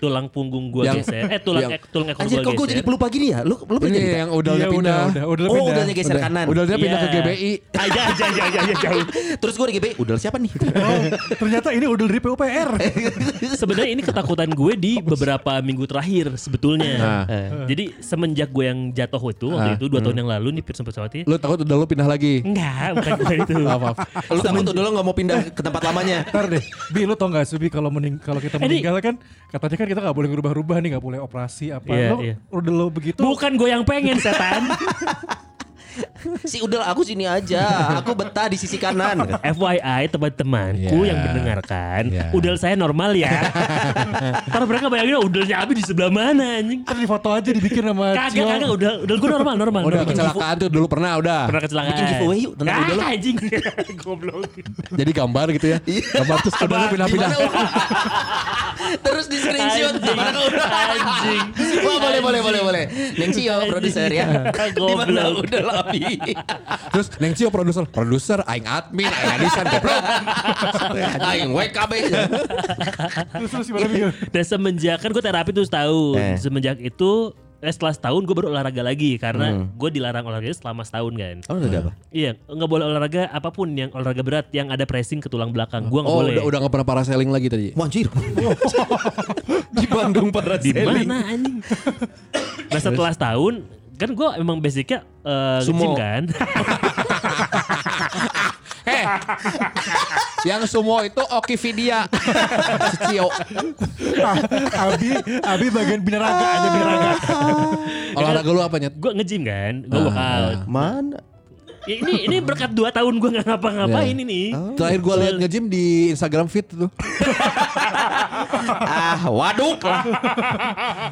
tulang punggung gua Yang- geser, eh tulang yang- ek- tulang ekor Anjir gua kok gue jadi geser. pelupa gini ya? Lu lu Ini pernah jadi yang udah Iya, udah pindah. Udah, udah, udah Oh pindah. udahnya geser kanan. Udah dia pindah ke Iya. GBI. Aja aja aja aja aja jauh. <laughs> Terus gue di GBI, udel siapa nih? Oh, <laughs> ternyata ini udah dari PUPR. Sebenarnya ini ketakutan gue di beberapa minggu terakhir sebetulnya. Nah. Ah. Hmm. Eh. Jadi semenjak gue yang jatuh itu waktu itu dua tahun yang lalu nih Pirsa Pesawati. Lu takut udah lu pindah Hmm. lagi. Enggak, bukan gue itu. Maaf, maaf. lu takut udel lo nggak mau pindah ke tempat lamanya. Ntar deh, Bi lu tau gak Subi kalau mening kalau kita Eh, Di. meninggal kan katanya kan kita gak boleh ngerubah-rubah nih, gak boleh operasi apa. Iya, Lo iya. udah lo begitu. <laughs> Bukan gue yang pengen setan. si udel aku sini aja aku betah di sisi kanan FYI Iya. teman-temanku yang mendengarkan, Iya. udel saya normal <laughs> ya. Ntar mereka bayangin udelnya Abi di sebelah mana anjing. Ntar di foto aja dibikin sama Kagak kagak udel udel gue normal normal. Udah Bikin giveaway- kecelakaan tuh dulu pernah udah. Pernah kecelakaan. Bikin giveaway yuk tentang tentang udel udel. lo. anjing. Goblok. Jadi gambar gitu ya. Gambar terus udah pindah-pindah. Iya. Gimana, Udel? <laughs> terus di screenshot Anjing. Mana kau Udel? Anjing. Wah, boleh boleh boleh boleh Neng Cio Anjing. produser ya di mana <laughs> Goblok. udel abi Terus Neng Cio produser, produser aing admin, aing adisan goblok. <laughs> aing WKB Terus terus gimana Iya. bikin? Dan semenjak kan gue terapi tuh setahun. Eh. Semenjak itu eh, setelah setahun gue baru olahraga lagi karena gue dilarang olahraga selama setahun kan. Hmm. oh udah apa Iya nggak boleh olahraga apapun yang olahraga berat yang ada pressing ke tulang belakang. Gue nggak Oh, boleh. udah udah enggak pernah parasailing lagi tadi. Wanjir <laughs> di Bandung para di mana anjing? nah setelah setahun kan gue emang basicnya eh, nge-gym Sumo. kan. <laughs> Eh. yang sumo itu Okividia. Si Cio. Ah, Abi, Abi bagian binaraga aja binaraga. Olahraga lu apanya? gue nge-gym kan, gue Ah. workout. mana Ya, ini ini berkat 2 tahun gue nggak ngapa-ngapain Iya. ini. Oh. Terakhir gua lihat nge-gym di Instagram feed tuh. ah waduk lah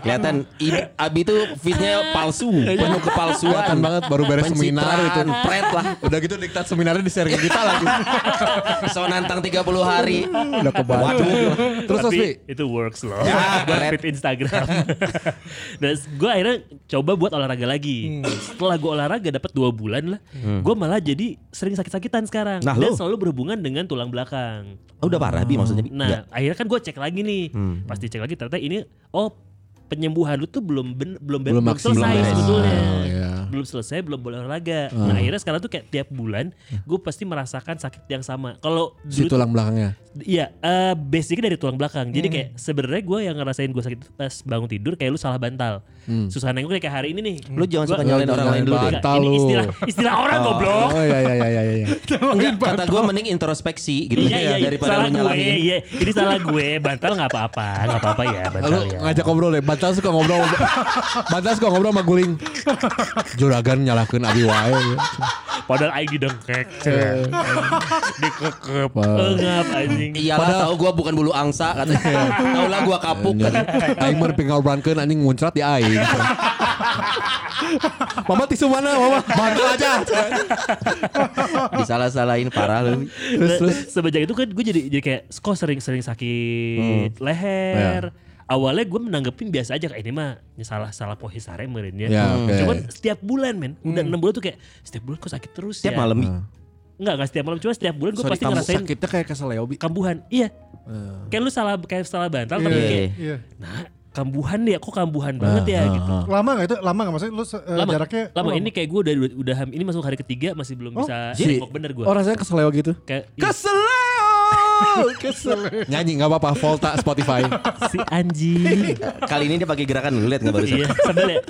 kelihatan I- Abi tuh fitnya palsu Iya. penuh Kelihatan kepalsuan banget baru beres seminar itu. Pencitraan, pret lah Udah gitu diktat seminarnya di sharing kita lagi. so nantang 30 hari Udah kebalik. Waduh. Terus Tapi Asmi, itu works loh. Ya, <laughs> buat keren. fit <laughs> Instagram. Dan gue akhirnya coba buat olahraga Hmm. lagi. Setelah gue olahraga dapat dua bulan lah, gue malah jadi sering sakit-sakitan sekarang. Nah, Dan lo? selalu berhubungan dengan tulang belakang. oh, udah parah Abi maksudnya Bi? Ya. Nggak. <laughs> Nah, akhirnya kan gue cek lagi nih. Hmm. Pasti cek lagi ternyata ini oh penyembuhan lu tuh belum ben- belum ben- Belum belum, maksimal. selesai Ah, sebetulnya. iya. Hmm. Belum selesai, belum boleh olahraga. Nah, akhirnya sekarang tuh kayak tiap bulan gue pasti merasakan sakit yang sama. Kalau si dulu tuh- tulang belakangnya. Iya, eh, basicnya dari tulang belakang. Jadi Hmm. kayak sebenarnya gue yang ngerasain gue sakit itu pas bangun tidur kayak lu salah bantal. Susah nengok kayak hari ini nih. Hmm. Lu jangan Gua- suka nyalain orang lain dulu deh. Hmm. Bantal Ini lu. istilah istilah <laughs> orang goblok. Oh iya iya iya iya iya. Enggak, kata gue mending introspeksi gitu Iya, iya, iya, daripada salah lu gue, nyalahin iya. Ini salah gue, bantal nggak apa-apa, nggak apa-apa ya, Lalu bantal ya. ngajak ngobrol deh. Bantal suka ngobrol. Bantal suka ngobrol sama guling. Juragan nyalahkeun abi wae. Padahal aing didengkek, Eh. cek. dikekep, engap anjing. Iyalah tahu gue Iya, bukan bulu angsa Iya. katanya. Tahu lah gue kapuk. <laughs> Aing mah pingobrankeun anjing muncrat di aing. Mama tisu mana mama? Bantal aja. Disalah-salahin parah lu. Iya. Terus terus. Semenjak itu kan gue jadi jadi kayak kok sering-sering sakit leher. Awalnya gue menanggepin biasa aja kayak ini mah ya salah salah pohe sare meureun ya. Ya, oke. Cuman setiap bulan men, udah enam bulan tuh kayak setiap bulan kok sakit terus Setiap ya. malam Bi. Enggak, enggak setiap malam, cuma setiap bulan gue Sorry, pasti kamu ngerasain sakitnya kayak kesel ya Obi. kambuhan. Iya. Kayak lu salah kayak salah bantal tapi Iya. kayak Iya. nah kambuhan ya kok kambuhan banget ya gitu. Lama gak itu? Lama gak maksudnya lu se- eh, Lama, jaraknya? lama ini kayak gue udah udah ham- ini masuk hari ketiga masih belum bisa Si- nengok bener gue. Oh rasanya kesel ya gitu. Kayak Kesel. ya, Kesel. Nyanyi nggak apa-apa. Volta Spotify. si anjing. Kali ini dia pakai gerakan lu lihat enggak barusan. iya, sebel ya.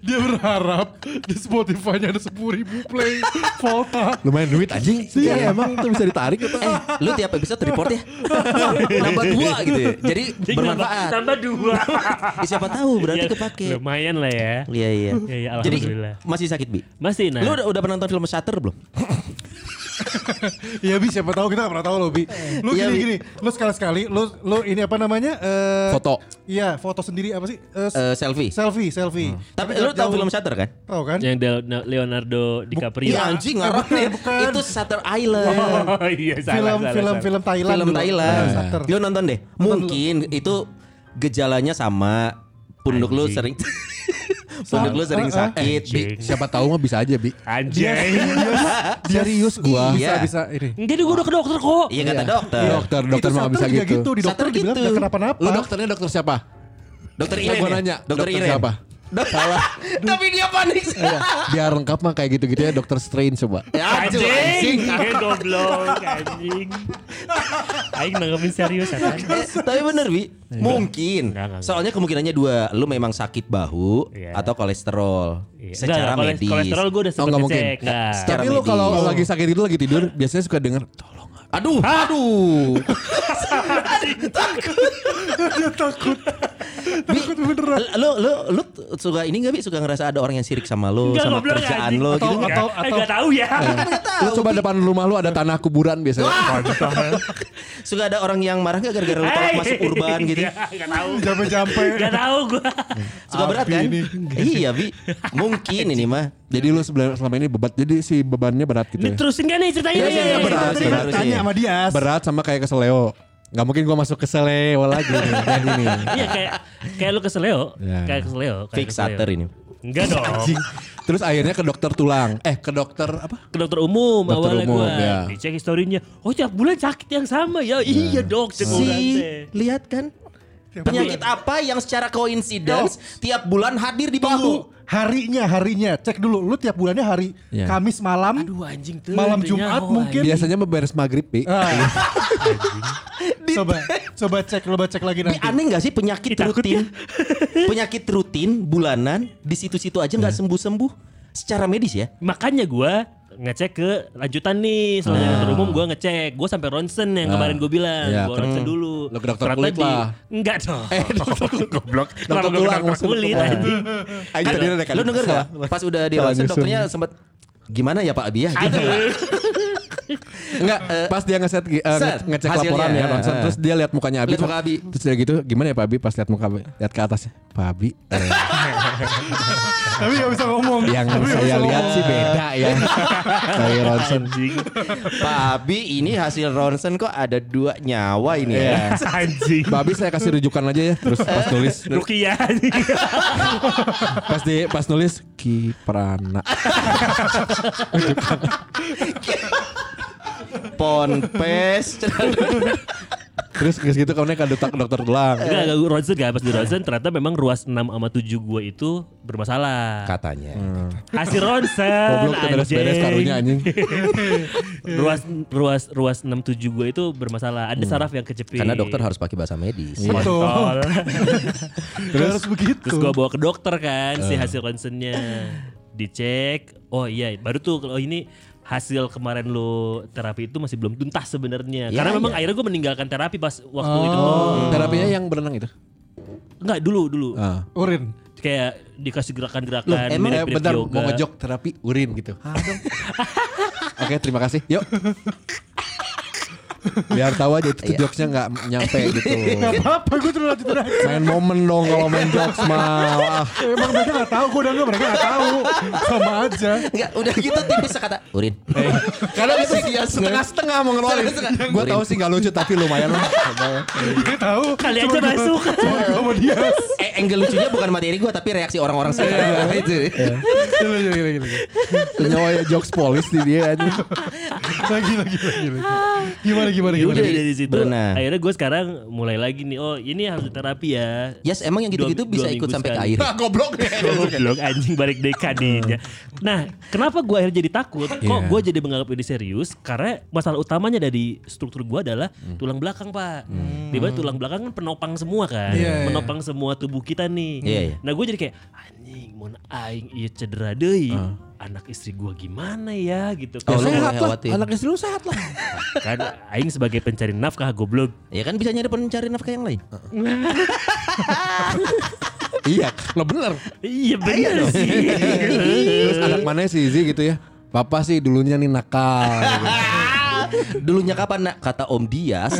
Dia berharap di Spotify-nya ada 10 ribu <laughs> play Volta. Lumayan duit anjing. Iya emang tuh bisa ditarik gitu. Eh, lu tiap episode report ya. Nambah dua gitu. ya. Jadi Jadi bermanfaat. Nambah, nambah dua. Ya, siapa tahu berarti Ya, kepake. Lumayan lah ya. Iya iya. Ya, ya, Jadi alhamdulillah. masih sakit Bi. Masih nah. Lu udah, udah pernah nonton film Shutter belum? Iya bi siapa tahu kita gak pernah tahu loh bi. Lu Iya, gini Bi. gini, lu sekali sekali, lu lu ini apa namanya? Eh, Foto. Iya foto sendiri apa sih? Eh, Hmm. Eh, selfie. selfie selfie. Tapi lu tahu film Shutter kan? Tahu kan? yang Del- Leonardo DiCaprio. Iya anjing ngarep nih. bukan. Itu Shutter Island. Oh iya salah film salah, film salah. film Thailand. Film dulu. Thailand. Eh, Shutter. Lu nonton deh. Mungkin itu gejalanya sama punduk lu Anjing. sering punduk lu sering Ah, ah. sakit. Bi. Anjing. Siapa tahu mah bisa aja bi. Dia Anjing. serius, dia serius gua. Bisa Iya. bisa ini. Enggak gue udah ke dokter kok. Iya kata dokter. Dokter dokter Itu mah Shutter bisa juga gitu. Di dokter Shutter dibilang gitu. gak kenapa-napa. Lu dokternya dokter siapa? Dokter Nah, Iren. gua ya? nanya, Dokter dokter Iren. siapa? Dok- Tapi dia panik. Iya, Biar lengkap mah kayak gitu-gitu ya dokter Strange coba. Ya, aduh, Anjing. anjing. Gue goblok anjing. Aing nanggepin serius kan. Eh, tapi bener Wi, mungkin. Enggak, enggak, Soalnya kemungkinannya dua, lu memang sakit bahu Iya. atau kolesterol Iya. secara Enggak, kole- medis. Kolesterol gue udah Oh sempet nggak mungkin. Oh. cek. Nah, secara- Tapi lu medis. kalau lagi sakit itu lagi tidur biasanya suka denger tolong. Ah, Aduh, aduh. Dia takut. Takut beneran. Lo lo lo suka ini gak bi suka ngerasa ada orang yang sirik sama lo Enggak, sama goblok, kerjaan anjing. lo gitu? Iya. Enggak. atau- eh atau- gak tahu ya. Lu coba depan rumah lu ada tanah kuburan biasanya. Suka ada orang yang marah gak gara-gara lo Hey. Iya. tolak masuk urban gitu? Enggak, Eh. Enggak tahu. <laughs> Jampe-jampe. Enggak tahu gua. Suka berat kan? Iya bi, mungkin ini mah. Jadi lu sebel- selama ini bebat jadi si bebannya berat gitu ya. Diterusin gak nih ceritanya? Iya, nih? iya, iya, benar, Tadi benar, kan tanya iya. sama dia. Berat sama kayak ke Seleo. Gak mungkin gua masuk ke Seleo lagi nih. kayak <laughs> gini. Iya kayak kayak lu ke Seleo, Ya. kayak ke Seleo, kayak Fix ke Seleo. Fixator ini. Enggak dong. Anjing. Terus akhirnya ke dokter tulang. Eh ke dokter apa? Ke dokter umum Dokter awalnya umum, gua. ya. Dicek historinya. Oh, tiap bulan sakit yang sama. Ya iya, Dok, cek Si, orang teh. lihat kan? Penyakit apa yang secara coincidence tiap bulan hadir di Tunggu. bahu? Harinya, harinya. Cek dulu. Lu tiap bulannya hari Iya. Kamis malam. Aduh anjing tuh. Malam teuing Jumat nyaho, mungkin. anjing. Biasanya beres maghrib pi. <laughs> Ah. coba, coba cek, coba cek lagi Tapi nanti. aneh gak sih penyakit Ih, takut ya? rutin? <laughs> penyakit rutin bulanan di situ-situ aja nggak Iya. sembuh-sembuh secara medis ya. Makanya gua ngecek ke lanjutan nih selain Ah. dokter umum gua ngecek gua sampai ronsen yang kemarin gua bilang Iya, gua ter- ronsen dulu Lo ke dokter Ternyata kulit di- lah. Eh, enggak <laughs> dong <laughs> Goblok. Kenapa Dokter gua ke tulang dokter kulit anjing Ayo Kan, tadi ada kali. Lu denger Salah. gak? Pas udah di Salah ronsen nyusun. dokternya sempet gimana ya Pak Abi ya? Gitu. Aduh. Enggak, pas dia ngeset eh, nge- Sir, ngecek hasilnya, laporan ya, eh, Ronson. eh. Terus dia lihat mukanya Abi. Lihat terus- muka Abi. Terus dia gitu, gimana ya Pak Abi pas lihat muka Abi, lihat ke atasnya. Pak Abi, eh, <laughs> Tapi gak bisa ngomong. yang Tapi nggak saya bisa lihat ngomong. sih beda <laughs> ya. Saya Ronson. anjing Pak Abi ini hasil ronsen kok ada dua nyawa ini ya. Iya. <laughs> anjing Pak Abi saya kasih rujukan aja ya. Terus pas nulis, Rukiah anjing. pas di pas nulis Kiprana. Ponpes. Terus terus gitu kamu ke dokter dokter tulang. Iya. Enggak, enggak, gua ronsen gak pas Eh. di ronsen ternyata memang ruas 6 sama 7 gua itu bermasalah. Katanya. Hmm. Hasil ronsen. Goblok tuh beres-beres anjing. karunya anjing. ruas ruas ruas 6 7 gua itu bermasalah. Hmm. Ada saraf yang Iya. kejepit. Karena dokter harus pakai bahasa medis. Iya. Betul. <laughs> Kontol. Terus begitu. Terus gua bawa ke dokter kan si Eh. hasil ronsennya. Dicek. Oh iya, baru tuh kalau ini hasil kemarin lo terapi itu masih belum tuntas sebenarnya. Ya, Karena memang ya. akhirnya gue meninggalkan terapi pas waktu itu tuh. Iya, Oh, terapinya yang berenang itu. Enggak dulu dulu. Ah. Urin. Kayak dikasih gerakan-gerakan Loh, emang eh, Kan mirip-mirip bentar yoga. mau ngejok terapi urin gitu. <laughs> Oke, terima kasih. Yuk. Biar tahu aja itu jokesnya nggak nyampe gitu. Gak apa-apa gue terus lanjut aja. main momen dong kalau main jokes mah. Ah, Emang mereka gak tahu, gue udah nggak mereka gak tahu. Iya. Sama aja. Enggak, udah gitu tipis sekata urin. Iya. Karena itu iya, setengah-setengah mau ngeluarin. Setengah-setengah. Gue tahu sih nggak lucu tapi lumayan lah. Dia tahu. Kali Cuma aja gua- <laughs> masuk. Cuma gue sama dia. <laughs> Eh, angle lucunya bukan materi gua tapi reaksi orang-orang sih. Iya. Itu. Gila, gila, gila, gila. Senyawa ya jokes polis di dia aja. Lagi, lagi, lagi. lagi. Gimana, gimana, Ya gimana. udah dari situ. Berenang. Akhirnya gue sekarang mulai lagi nih. Oh ini harus terapi ya. Yes, emang yang gitu-gitu Dua- bisa dua ikut minggu sampai ke <laughs> sekali. air. Goblok Goblok anjing balik dekadinya. Nah, kenapa gue akhirnya jadi takut? Kok Iya. gue jadi menganggap ini serius? Karena masalah utamanya dari struktur gue adalah tulang belakang pak. Hmm. Di mana tulang belakang kan penopang semua kan, Iya, iya. menopang semua tubuh kita nih. Iya, iya. Nah gue jadi kayak anjing, mau aing iya cedera deh. Anak istri gue gimana ya gitu. Ya, Oh, lu Karena sehat lah, ngelewatin. anak istri lu sehat lah. kan aing sebagai pencari nafkah goblok. Ya kan bisa nyari pencari nafkah yang lain. iya, lo bener. Iya bener sih. Terus anak mana sih Izzy gitu ya? Papa sih dulunya nih nakal. gitu. Dulunya kapan nak? Kata Om <laughs> Dias.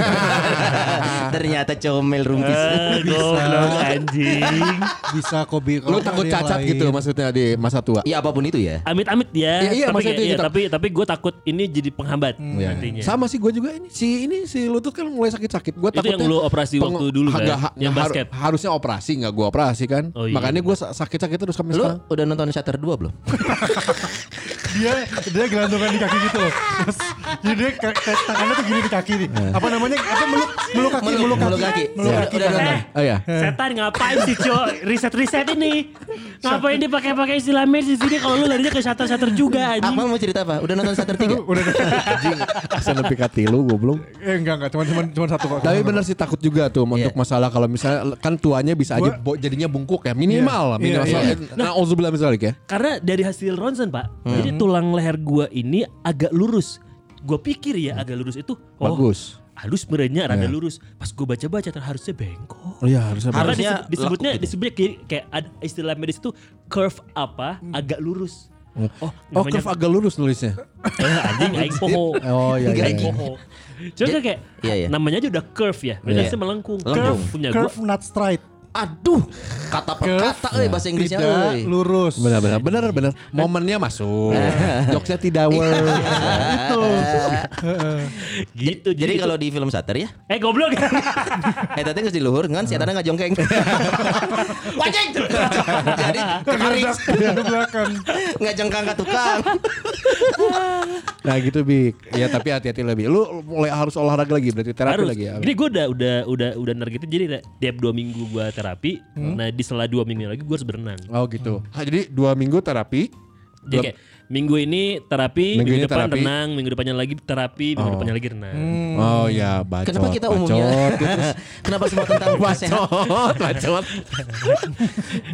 Ternyata comel rumpis. Ah, Goblok anjing. Bisa kopi. Lu takut cacat gitu maksudnya di masa tua. Ya Iya, apapun itu ya. Amit-amit ya. Iya, iya, tapi, maksudnya itu kayak- iya, kita- tapi tapi gue takut ini jadi penghambat Iya. nantinya. Sama sih gue juga ini si ini si lutut kan mulai sakit-sakit. Gue Itu takutnya yang lu operasi peng- waktu dulu kan? nggak ha- Yang nggak basket. harusnya operasi nggak gue operasi kan. Oh iya. Makanya gue sakit-sakit terus kami Lu sekarang. udah nonton Shutter 2 belum? Dia dia gelantungan di kaki gitu loh. Terus jadi dia ka- ka- tangannya tuh gini di kaki nih. Apa namanya? Apa meluk meluk kaki Eh. Meluk- meluk kaki. meluk kaki. Meluk Iya. kaki. kan? Udah nonton. Eh, Oh iya. <laughs> Setan ngapain sih cok riset-riset ini? Ngapain dia pakai-pakai istilah medis di sini kalau lu larinya ke shutter-shutter juga Apa anjing. mau cerita apa? Udah nonton Shutter 3? Udah nonton. Asal lebih kati lu gue <laughs> belum. Eh enggak enggak cuma cuma cuma satu kok. Tapi bener sih takut juga tuh Iya. untuk masalah kalau misalnya kan tuanya bisa aja bo- jadinya bungkuk ya minimal lah, Iya, minimal. iya. Nah, Ozubillah misalnya ya. Karena dari hasil ronsen pak, Hmm. jadi tulang leher gua ini agak lurus. Gue pikir ya agak lurus itu. Oh, Bagus. Iya. halus merenya rada lurus. Pas gue baca-baca ternyata harusnya bengkok. Oh iya harusnya Karena Harusnya disebut- disebutnya laku gitu. disebutnya kayak, kayak ada istilah medis itu curve apa Hmm. agak lurus. Oh, Oh curve agak lurus <laughs> nulisnya. <laughs> Eh, anjing <laughs> aing poho. Oh iya iya. Aing iya. poho. Cuma kan Jadi- kayak Iya, iya. namanya aja udah curve ya. Iya. Bedanya melengkung. Lengkung. Curve punya gua. Curve not straight. Aduh, kata per kata euy bahasa Inggrisnya Tidak euy. lurus. Benar benar benar benar. Iya. Momennya <laughs> masuk. Jokesnya tidak work. Itu. Gitu. Jadi kalau di film Sater ya, eh goblok. eh tadi geus di luhur ngan si Atana ngajongkeng. Wajeng. <laughs> Jadi kekarik <laughs> Di belakang. ngajengkang ka tukang. Nah gitu Bik. Ya tapi hati-hati lebih. Lu mulai harus olahraga lagi berarti terapi <laughs> Harus. lagi ya. Jadi gue udah udah udah udah nargetin jadi na- tiap dua minggu gue terapi. Hmm. Nah di sela dua minggu lagi gue harus berenang. Oh gitu. Ah, jadi dua minggu terapi. Jadi kayak minggu ini terapi, Minggu minggu, ini depan terapi. renang, minggu depannya lagi terapi, minggu depannya lagi renang. Hmm. Oh ya bacot. Kenapa kita umumnya? <laughs> <laughs> Kenapa semua tentang kesehatan? Bacot, bacot.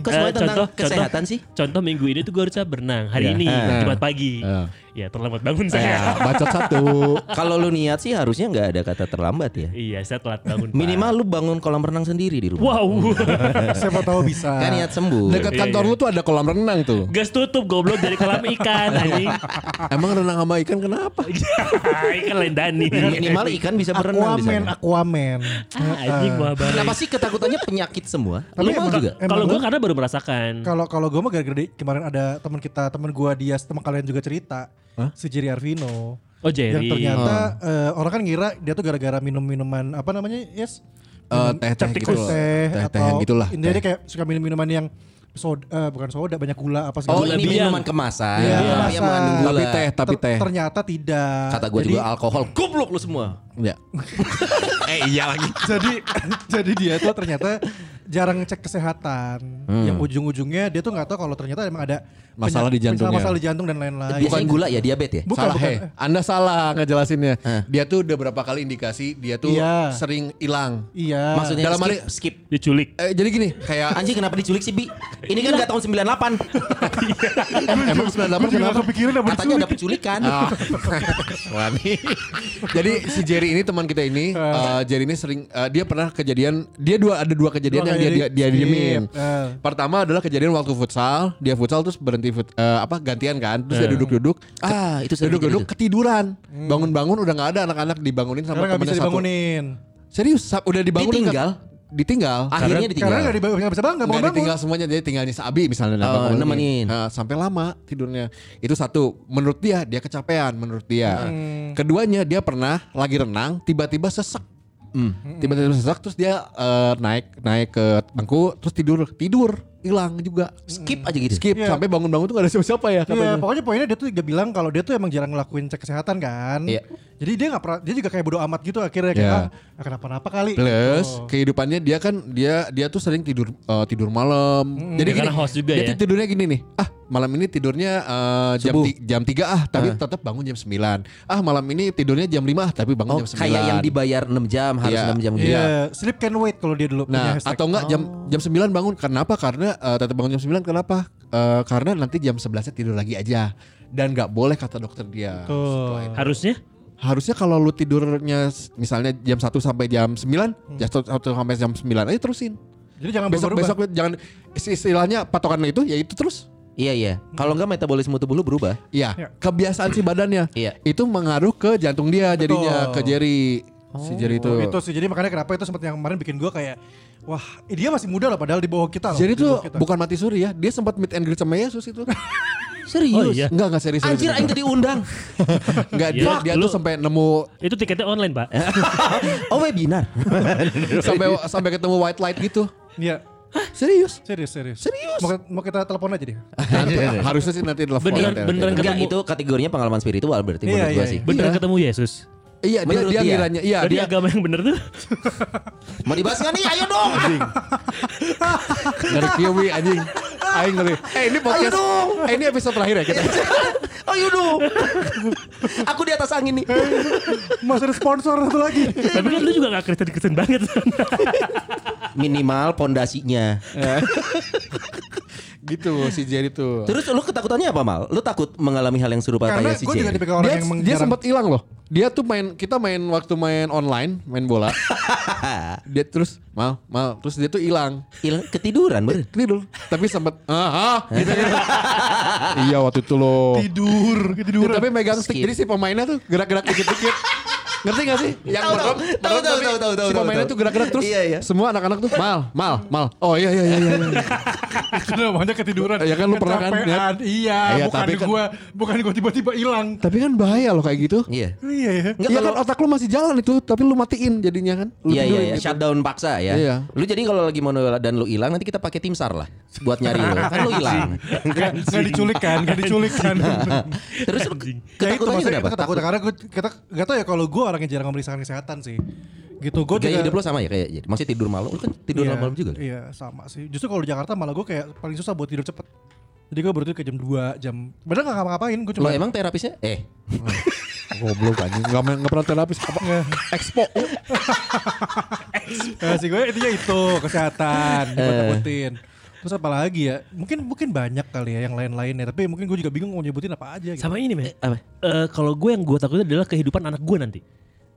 Kok semua Eh, tentang kesehatan contoh, sih? Contoh minggu ini tuh gue harusnya berenang hari ini Eh. Jumat pagi. Eh. Ya terlambat bangun Ya, saya. bacot satu. Kalau lu niat sih harusnya nggak ada kata terlambat ya. Iya saya telat bangun. Pak. Minimal lu bangun kolam renang sendiri di rumah. Wow. <laughs> Siapa tahu bisa. Kan niat sembuh. Dekat Iya, kantor iya. lu tuh ada kolam renang tuh. Gas tutup goblok dari kolam ikan anjing. <laughs> Emang renang sama ikan kenapa? ikan lain Dani. Minimal ikan bisa berenang di Aquaman, sana. Aquaman. Ah, anjing gua Kenapa bareng. sih ketakutannya penyakit semua? Tapi Lu mau emang- juga? emang Kalau gue lu- karena baru merasakan. Kalau kalau gue mah gara-gara di- kemarin ada teman kita, teman gue dia, teman kalian juga cerita. Si Jerry Arvino. Oh, Jerry. Yang ternyata Oh. eh, orang kan ngira dia tuh gara-gara minum minuman apa namanya? Yes. Eh, Minum teh-teh cek gitu Iya, tikus loh. Teh, Teh-tehan gitu atau gitulah, Intinya teh. dia kayak suka minum minuman yang soda, eh, bukan soda, banyak gula apa Oh segala ini biang. minuman kemasan Iya, Tapi kemasan. yang mengandung gula Tapi teh, tapi Ter- teh. Ternyata tidak. Kata gue Jadi- juga alkohol Goblok lu semua <laughs> Ya. eh iya ah. lagi. <laughs> jadi jadi dia tuh ternyata jarang cek kesehatan. Hmm. Yang ujung-ujungnya dia tuh nggak tahu kalau ternyata emang ada Masalah di penyak- jantungnya. Masalah di jantung dan lain-lain. Biasanya ya? gula ya diabetes ya Bukan, salah bukan. Eh. heh. Anda salah ngejelasinnya. Hah? Dia tuh udah berapa kali indikasi dia tuh Iya. sering hilang. Iya. Maksudnya Dalam skip, arti- skip. Diculik. Eh, jadi gini, kayak Anjing kenapa diculik sih Bi? Ini Iya. kan gak tahun <laughs> 98 emang 98 kenapa? kepikiran Iya, Katanya ada penculikan Ah. Wah, nih. Jadi si Jerry ini teman kita ini, eh, Jerry ini sering eh, dia pernah kejadian dia dua ada dua kejadian Dua yang dia dia, dia kejadian. diemin. Sip, eh. Pertama adalah kejadian waktu futsal, dia futsal terus berhenti fut, eh, apa gantian kan, terus Eh. dia duduk-duduk, Ah itu sering duduk-duduk gitu. ketiduran. Bangun-bangun udah nggak ada anak-anak dibangunin Karena sama Hmm. nggak bisa temannya satu. dibangunin. Serius, sab- udah dibangunin Kak. Ditinggal? Ditinggal. Akhirnya Karena ditinggal nggak dibangun, nggak bisa bangun, nggak mau Nggak bangun. ditinggal semuanya jadi tinggalnya si Abi misalnya nah, Oh, bangun lagi. nemenin. Nah, sampai lama tidurnya itu satu menurut dia dia kecapean menurut dia Hmm. keduanya dia pernah lagi renang tiba-tiba sesek Hmm. tiba-tiba sesek terus dia eh, naik naik ke bangku terus tidur tidur hilang juga Skip aja gitu skip Iya. sampai bangun-bangun tuh gak ada siapa-siapa ya Iya, katanya pokoknya poinnya dia tuh udah bilang kalau dia tuh emang jarang ngelakuin cek kesehatan kan. Iya. Jadi dia nggak pernah, dia juga kayak bodo amat gitu akhirnya kayak Iya. ah, kenapa-napa kali. Plus Gitu. kehidupannya dia kan dia dia tuh sering tidur eh, tidur malam. Jadi Ya, karena host juga dia ya. tuh tidurnya gini nih. Ah, malam ini tidurnya eh, jam Subuh. ti- jam 3 ah, tapi tetap bangun jam 9. Ah, malam ini tidurnya jam 5 ah, tapi bangun Oh jam Nah, 9. kayak yang dibayar 6 jam Harus Iya. 6 jam gitu Iya, sleep can wait kalau dia dulu punya Nah, hashtag. atau enggak jam Oh. jam 9 bangun. Kenapa? Karena eh, tetap bangun jam 9 kenapa? Eh, karena nanti jam 11-nya tidur lagi aja. Dan nggak boleh kata dokter dia. Setelah itu. Harusnya harusnya kalau lu tidurnya s- misalnya jam 1 sampai jam 9, Hmm. jam 1 sampai jam 9 aja terusin. Jadi jangan Besok berubah-ubah. besok jangan istilahnya patokan itu ya itu terus. Iya iya Kalau nggak metabolisme tubuh lu berubah Iya, Ya. kebiasaan si badannya Iya. itu mengaruh ke jantung dia jadinya Betul. ke Jerry. Si Jerry itu. Itu Gitu sih jadi makanya kenapa itu sempat yang kemarin bikin gua kayak wah eh, dia masih muda loh padahal di bawah kita loh. Jerry di bawah tuh kita. bukan mati suri ya, dia sempat meet and greet sama Yesus itu. Serius Oh, iya. Enggak enggak serius. serius, Anjir serius. Aing tadi undang Enggak dia Fuck, dia lu. tuh sampai nemu itu tiketnya online pak. Oh webinar sampai sampai ketemu white light gitu. Iya. Serius. Serius, serius. Serius? Mau, mau kita telepon aja deh. Nanti, harusnya sih nanti telepon. Beneran- nanti- nanti- beneran nanti. Enggak Ketemu- itu kategorinya pengalaman spiritual berarti Iya, Menurut gue iya, sih iya. Bener ketemu Yesus. Iya, dia Menurut dia dia. ngiranya iya Tadi dia agama yang bener <laughs> tuh. Mau dibahas nggak nih ayo dong Ngeri kiwi anjing. Aing ngeri. Eh ini podcast. Ayo dong. Eh ini episode terakhir ya kita. Ayo dong Aku di atas angin nih <laughs> Masih ada sponsor satu lagi. Tapi kan lu juga gak Kristen-Kristen banget. Minimal pondasinya gitu si Jerry tuh. Terus lu ketakutannya apa Mal? Lu takut mengalami hal yang serupa Karena kayak si gue juga Jerry? tipikal ya orang dia yang dia mengjarang. sempat hilang loh. Dia tuh main kita main waktu main online, main <laughs> bola. dia terus mal mal terus dia tuh hilang. Hilang- ketiduran bener. Tidur. Tapi sempat ah ah, gitu, gitu. Iya waktu itu loh. tidur Ya, ketiduran tapi megang Skip. stick jadi si pemainnya tuh gerak-gerak dikit-dikit. Ngerti gak sih? Yang Tahu, merem, merem tahu, tahu, tapi tahu, tahu, tahu, Si pemainnya tahu. tuh gerak-gerak terus. Iya, iya. Semua anak-anak tuh mal, <laughs> mal, mal. Oh iya iya iya iya. iya. itu namanya ketiduran Ya kan, lu pernah kan, Kecapean. lihat? iya Iya, bukan tapi kan- gua bukan gua tiba-tiba hilang tapi kan bahaya loh kayak gitu. Iya. iya ya Nggak, Iya kalau- kan otak lu masih jalan itu, tapi lu matiin jadinya kan. Lu Iya iya tidurin iya, gitu. shutdown paksa ya. Iya. Lu jadi kalau lagi mau nolak dan lu hilang nanti kita pakai tim SAR lah buat nyari lu. Kan lu hilang. <laughs> nggak nggak diculik kan nggak diculik kan Terus lu- Anjing. Ya itu ketakutannya maksudnya kenapa? kita ketakutan karena gue kita gak tau ya kalau gue orang yang jarang memeriksakan kesehatan sih gitu gue Gaya hidup lu sama ya kayak jadi maksudnya tidur malam. Lu kan tidur Iya, malam juga. lu. Iya sama sih. Justru kalau di Jakarta malah gue kayak paling susah buat tidur cepet. Jadi gue baru tidur kayak jam 2 jam. Padahal gak ngapa-ngapain gue Lo cuma. emang terapisnya? Eh, Goblok anjing, enggak enggak pernah terapis apa? Expo. Eh, sih gue intinya itu kesehatan gue takutin. Terus apa lagi ya? Mungkin mungkin banyak kali ya yang lain-lain ya. Tapi mungkin gue juga bingung mau nyebutin apa aja. Gitu. Sama ini men. apa? Eh, kalau gue yang gue takutin adalah kehidupan anak gue nanti.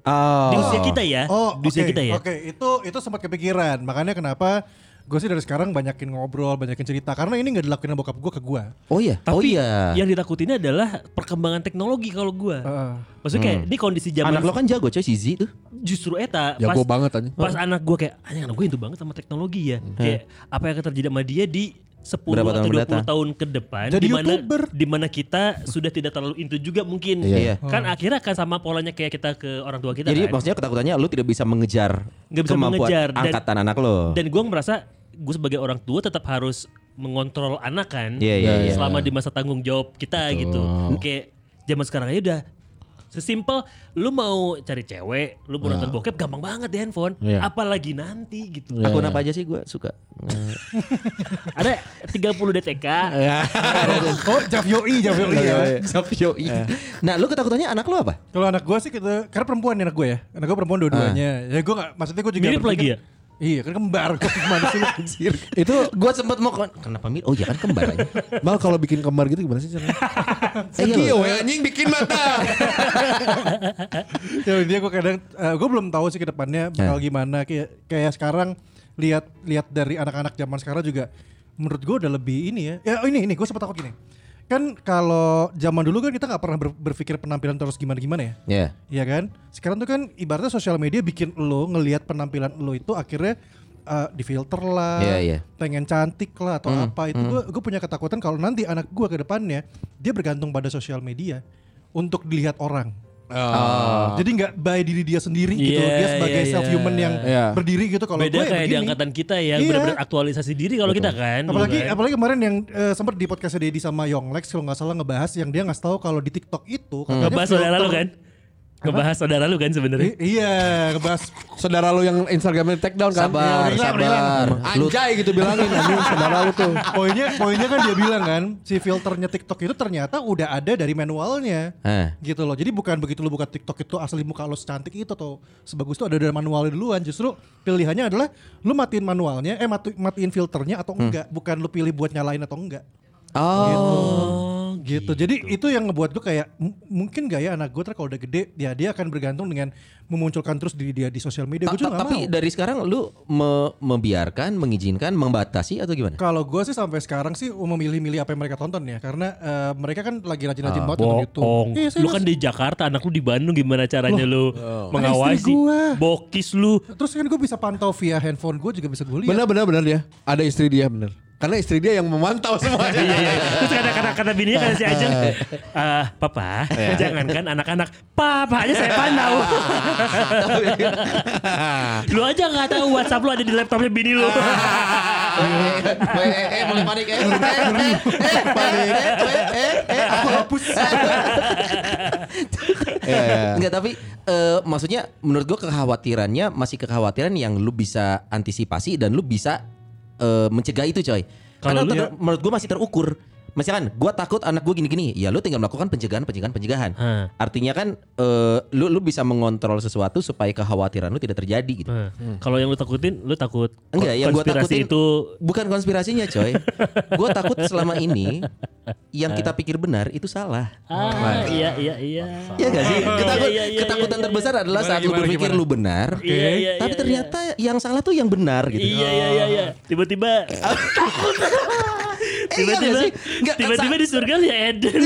Oh. Di usia kita ya. Oh, di oke. usia kita ya. Oke, itu itu sempat kepikiran. Makanya kenapa gue sih dari sekarang banyakin ngobrol, banyakin cerita. Karena ini nggak dilakuin sama bokap gue ke gue. Oh iya. oh Tapi iya. yang ditakutinnya adalah perkembangan teknologi kalau gue. Heeh. Maksudnya Hmm. kayak ini kondisi zaman Anak lo kan jago coy si Z tuh. justru eta Jago banget anjing. Pas anak gue kayak anjing anak gue itu banget sama teknologi ya. Kayak apa yang akan terjadi sama dia di 10 Hmm. Berapa atau tahun 20 mendatang? tahun ke depan Jadi di mana YouTuber. di mana kita sudah tidak terlalu into juga mungkin. Iya. Kan Oh. akhirnya akan sama polanya kayak kita ke orang tua kita Jadi kan. maksudnya ketakutannya lu tidak bisa mengejar Nggak bisa kemampuan mengejar, dan- angkatan anak lo. Dan gue merasa gue sebagai orang tua tetap harus mengontrol anak kan. Iya, iya, iya. Selama di masa tanggung jawab kita gitu. Kayak zaman sekarang aja udah sesimpel lu mau cari cewek, lu mau Ah. nonton bokep gampang banget di handphone. Iya. Apalagi nanti gitu. Akun apa aja sih gue suka. Ada 30 DTK. Iya. Oh, Javioi, Javioi ya. Sapio. Nah, lu ketakutannya anak lu apa? Kalau anak gue sih kita, karena perempuan nih anak gue ya. Anak gue perempuan dua-duanya. Ya gue gak, maksudnya gue juga Mirip berpikir- lagi ya? Iya kan kembar <laughs> gue gimana sih lu? Anjir. Itu <laughs> gua sempet mau kon- kenapa mir? Oh iya kan kembar aja. Mal kalau bikin kembar gitu gimana sih caranya? Eh, iya loh. anjing bikin mata. ya intinya gue kadang, eh, gue belum tahu sih ke depannya bakal Ya. gimana. Kayak, kayak sekarang lihat lihat dari anak-anak zaman sekarang juga menurut gue udah lebih ini ya. Ya oh ini ini gue sempat takut gini. Kan kalau zaman dulu kan kita nggak pernah ber- berpikir penampilan terus gimana-gimana ya. Iya. Iya kan? Sekarang tuh kan ibaratnya sosial media bikin lo ngelihat penampilan lo itu akhirnya eh, difilter lah, Iya, Hmm, iya. pengen cantik lah atau apa itu gue gue punya ketakutan kalau nanti anak gue ke depannya dia bergantung pada sosial media untuk dilihat orang. Ah. Ah. Jadi nggak by diri dia sendiri gitu, Ah. Iya, dia sebagai iya, self iya. human yang Iya. berdiri gitu kalau Beda gue ya kayak di begini. angkatan kita ya, yang Iya. benar-benar aktualisasi diri kalau kita kan. dulu Apalagi Iya. kan. apalagi kemarin yang eh, sempat di podcast Dedi sama Yonglex kalau nggak salah ngebahas yang dia nggak tahu kalau di TikTok itu katanya Hmm. ngebahas saudara lu filter- kan. Ngebahas saudara lu kan sebenarnya. I- Iya, ngebahas Saudara lu yang Instagramnya take down kan? Ya, udah hilang, Sabar, udah sabar. hilang. Anjay gitu bilangin anjing saudara lu tuh. poinnya poinnya kan dia bilang kan si filternya TikTok itu ternyata udah ada dari manualnya Eh. gitu loh jadi bukan begitu lu buka TikTok itu asli muka lo secantik itu atau sebagus itu ada dari manualnya duluan justru pilihannya adalah lu matiin manualnya eh mati- matiin filternya Hmm. atau enggak bukan lu pilih buat nyalain atau enggak Oh. gitu jadi itu yang ngebuat gue kayak "M- mungkin gak ya anak gue kalau udah gede ya dia akan bergantung dengan memunculkan terus diri dia di sosial media gue Ya, Ta- juga ta- nggak tapi mau. dari sekarang lu me- membiarkan, mengizinkan, membatasi atau gimana? Kalau gue sih sampai sekarang sih memilih-milih apa yang mereka tonton ya, karena eh, mereka kan lagi rajin-rajin banget nonton YouTube. Ah, Bohong. Iya, lu serius. kan di Jakarta, anak lu di Bandung gimana caranya lu Oh. mengawasi Istri gua. bokis lu. Terus kan gue bisa pantau via handphone gue juga bisa gue lihat. Bener bener bener ya. Ada istri dia bener. Karena istri dia yang memantau <laughs> semuanya. Iya, iya. Terus kata kata kata bininya kan si Ajeng, "Eh, papa, jangankan anak-anak, papa aja saya <laughs> pandau. lu aja nggak tahu WhatsApp lu ada di laptopnya bini lu. Eh, mulai panik eh. Panik. Eh, eh, aku hapus. <laughs> Enggak, tapi eh, maksudnya menurut gua kekhawatirannya masih kekhawatiran yang lu bisa antisipasi dan lu bisa eh, mencegah itu, coy. Karena Kalau lu- ya- ter- menurut gua masih terukur. misalkan gua takut anak gua gini-gini, ya lu tinggal melakukan pencegahan, pencegahan, pencegahan. Hah. Artinya kan eh, lu lu bisa mengontrol sesuatu supaya kekhawatiran lu tidak terjadi gitu. Nah, Kalau yang lu takutin, lu takut Enggak, yang gua konspirasi takutin itu bukan konspirasinya, coy. gua takut selama <laughs> ini yang kita pikir benar itu salah. ah iya iya iya. Oh, Iya gak sih? Ketakut- <laughs> iya, iya, ketakutan iya, terbesar adalah Gimana, saat lu gimana, berpikir gimana? lu benar, Iya, iya, tapi iya, ternyata yang salah tuh yang benar gitu. Iya iya iya iya. Tiba-tiba Eh, iya tiba-tiba gak sih? Nggak, tiba-tiba sa- di surga ya Eden.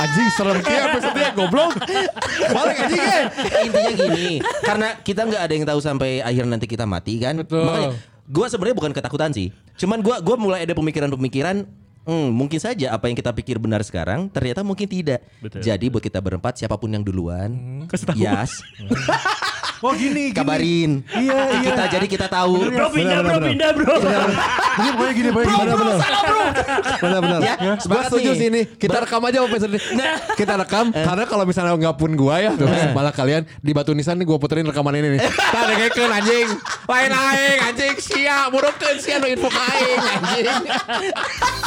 Anjing serem kayak episode-nya goblok. Balik anjing eh. Iya. intinya gini, karena kita nggak ada yang tahu sampai akhir nanti kita mati kan. Betul. Makanya gua sebenarnya bukan ketakutan sih. Cuman gua gua mulai ada pemikiran-pemikiran Hmm, mungkin saja apa yang kita pikir benar sekarang ternyata mungkin tidak. Betul. Jadi buat kita berempat siapapun yang duluan, Kasih tahu. Yas, Oh gini, gini. kabarin. Iya, iya. Kita jadi kita tahu. Bro pindah bro pindah bro. Ini pokoknya gini, pokoknya gini. Benar benar. Benar benar. Ya, Gua sepakat setuju nih. sih ini. Kita rekam aja episode ini. Kita rekam karena kalau misalnya nggak pun gua ya tuh malah kalian di batu nisan nih gua puterin rekaman ini nih. Tak ada ngeken, anjing. Lain aing anjing sia burukeun sia nu info ka aing anjing.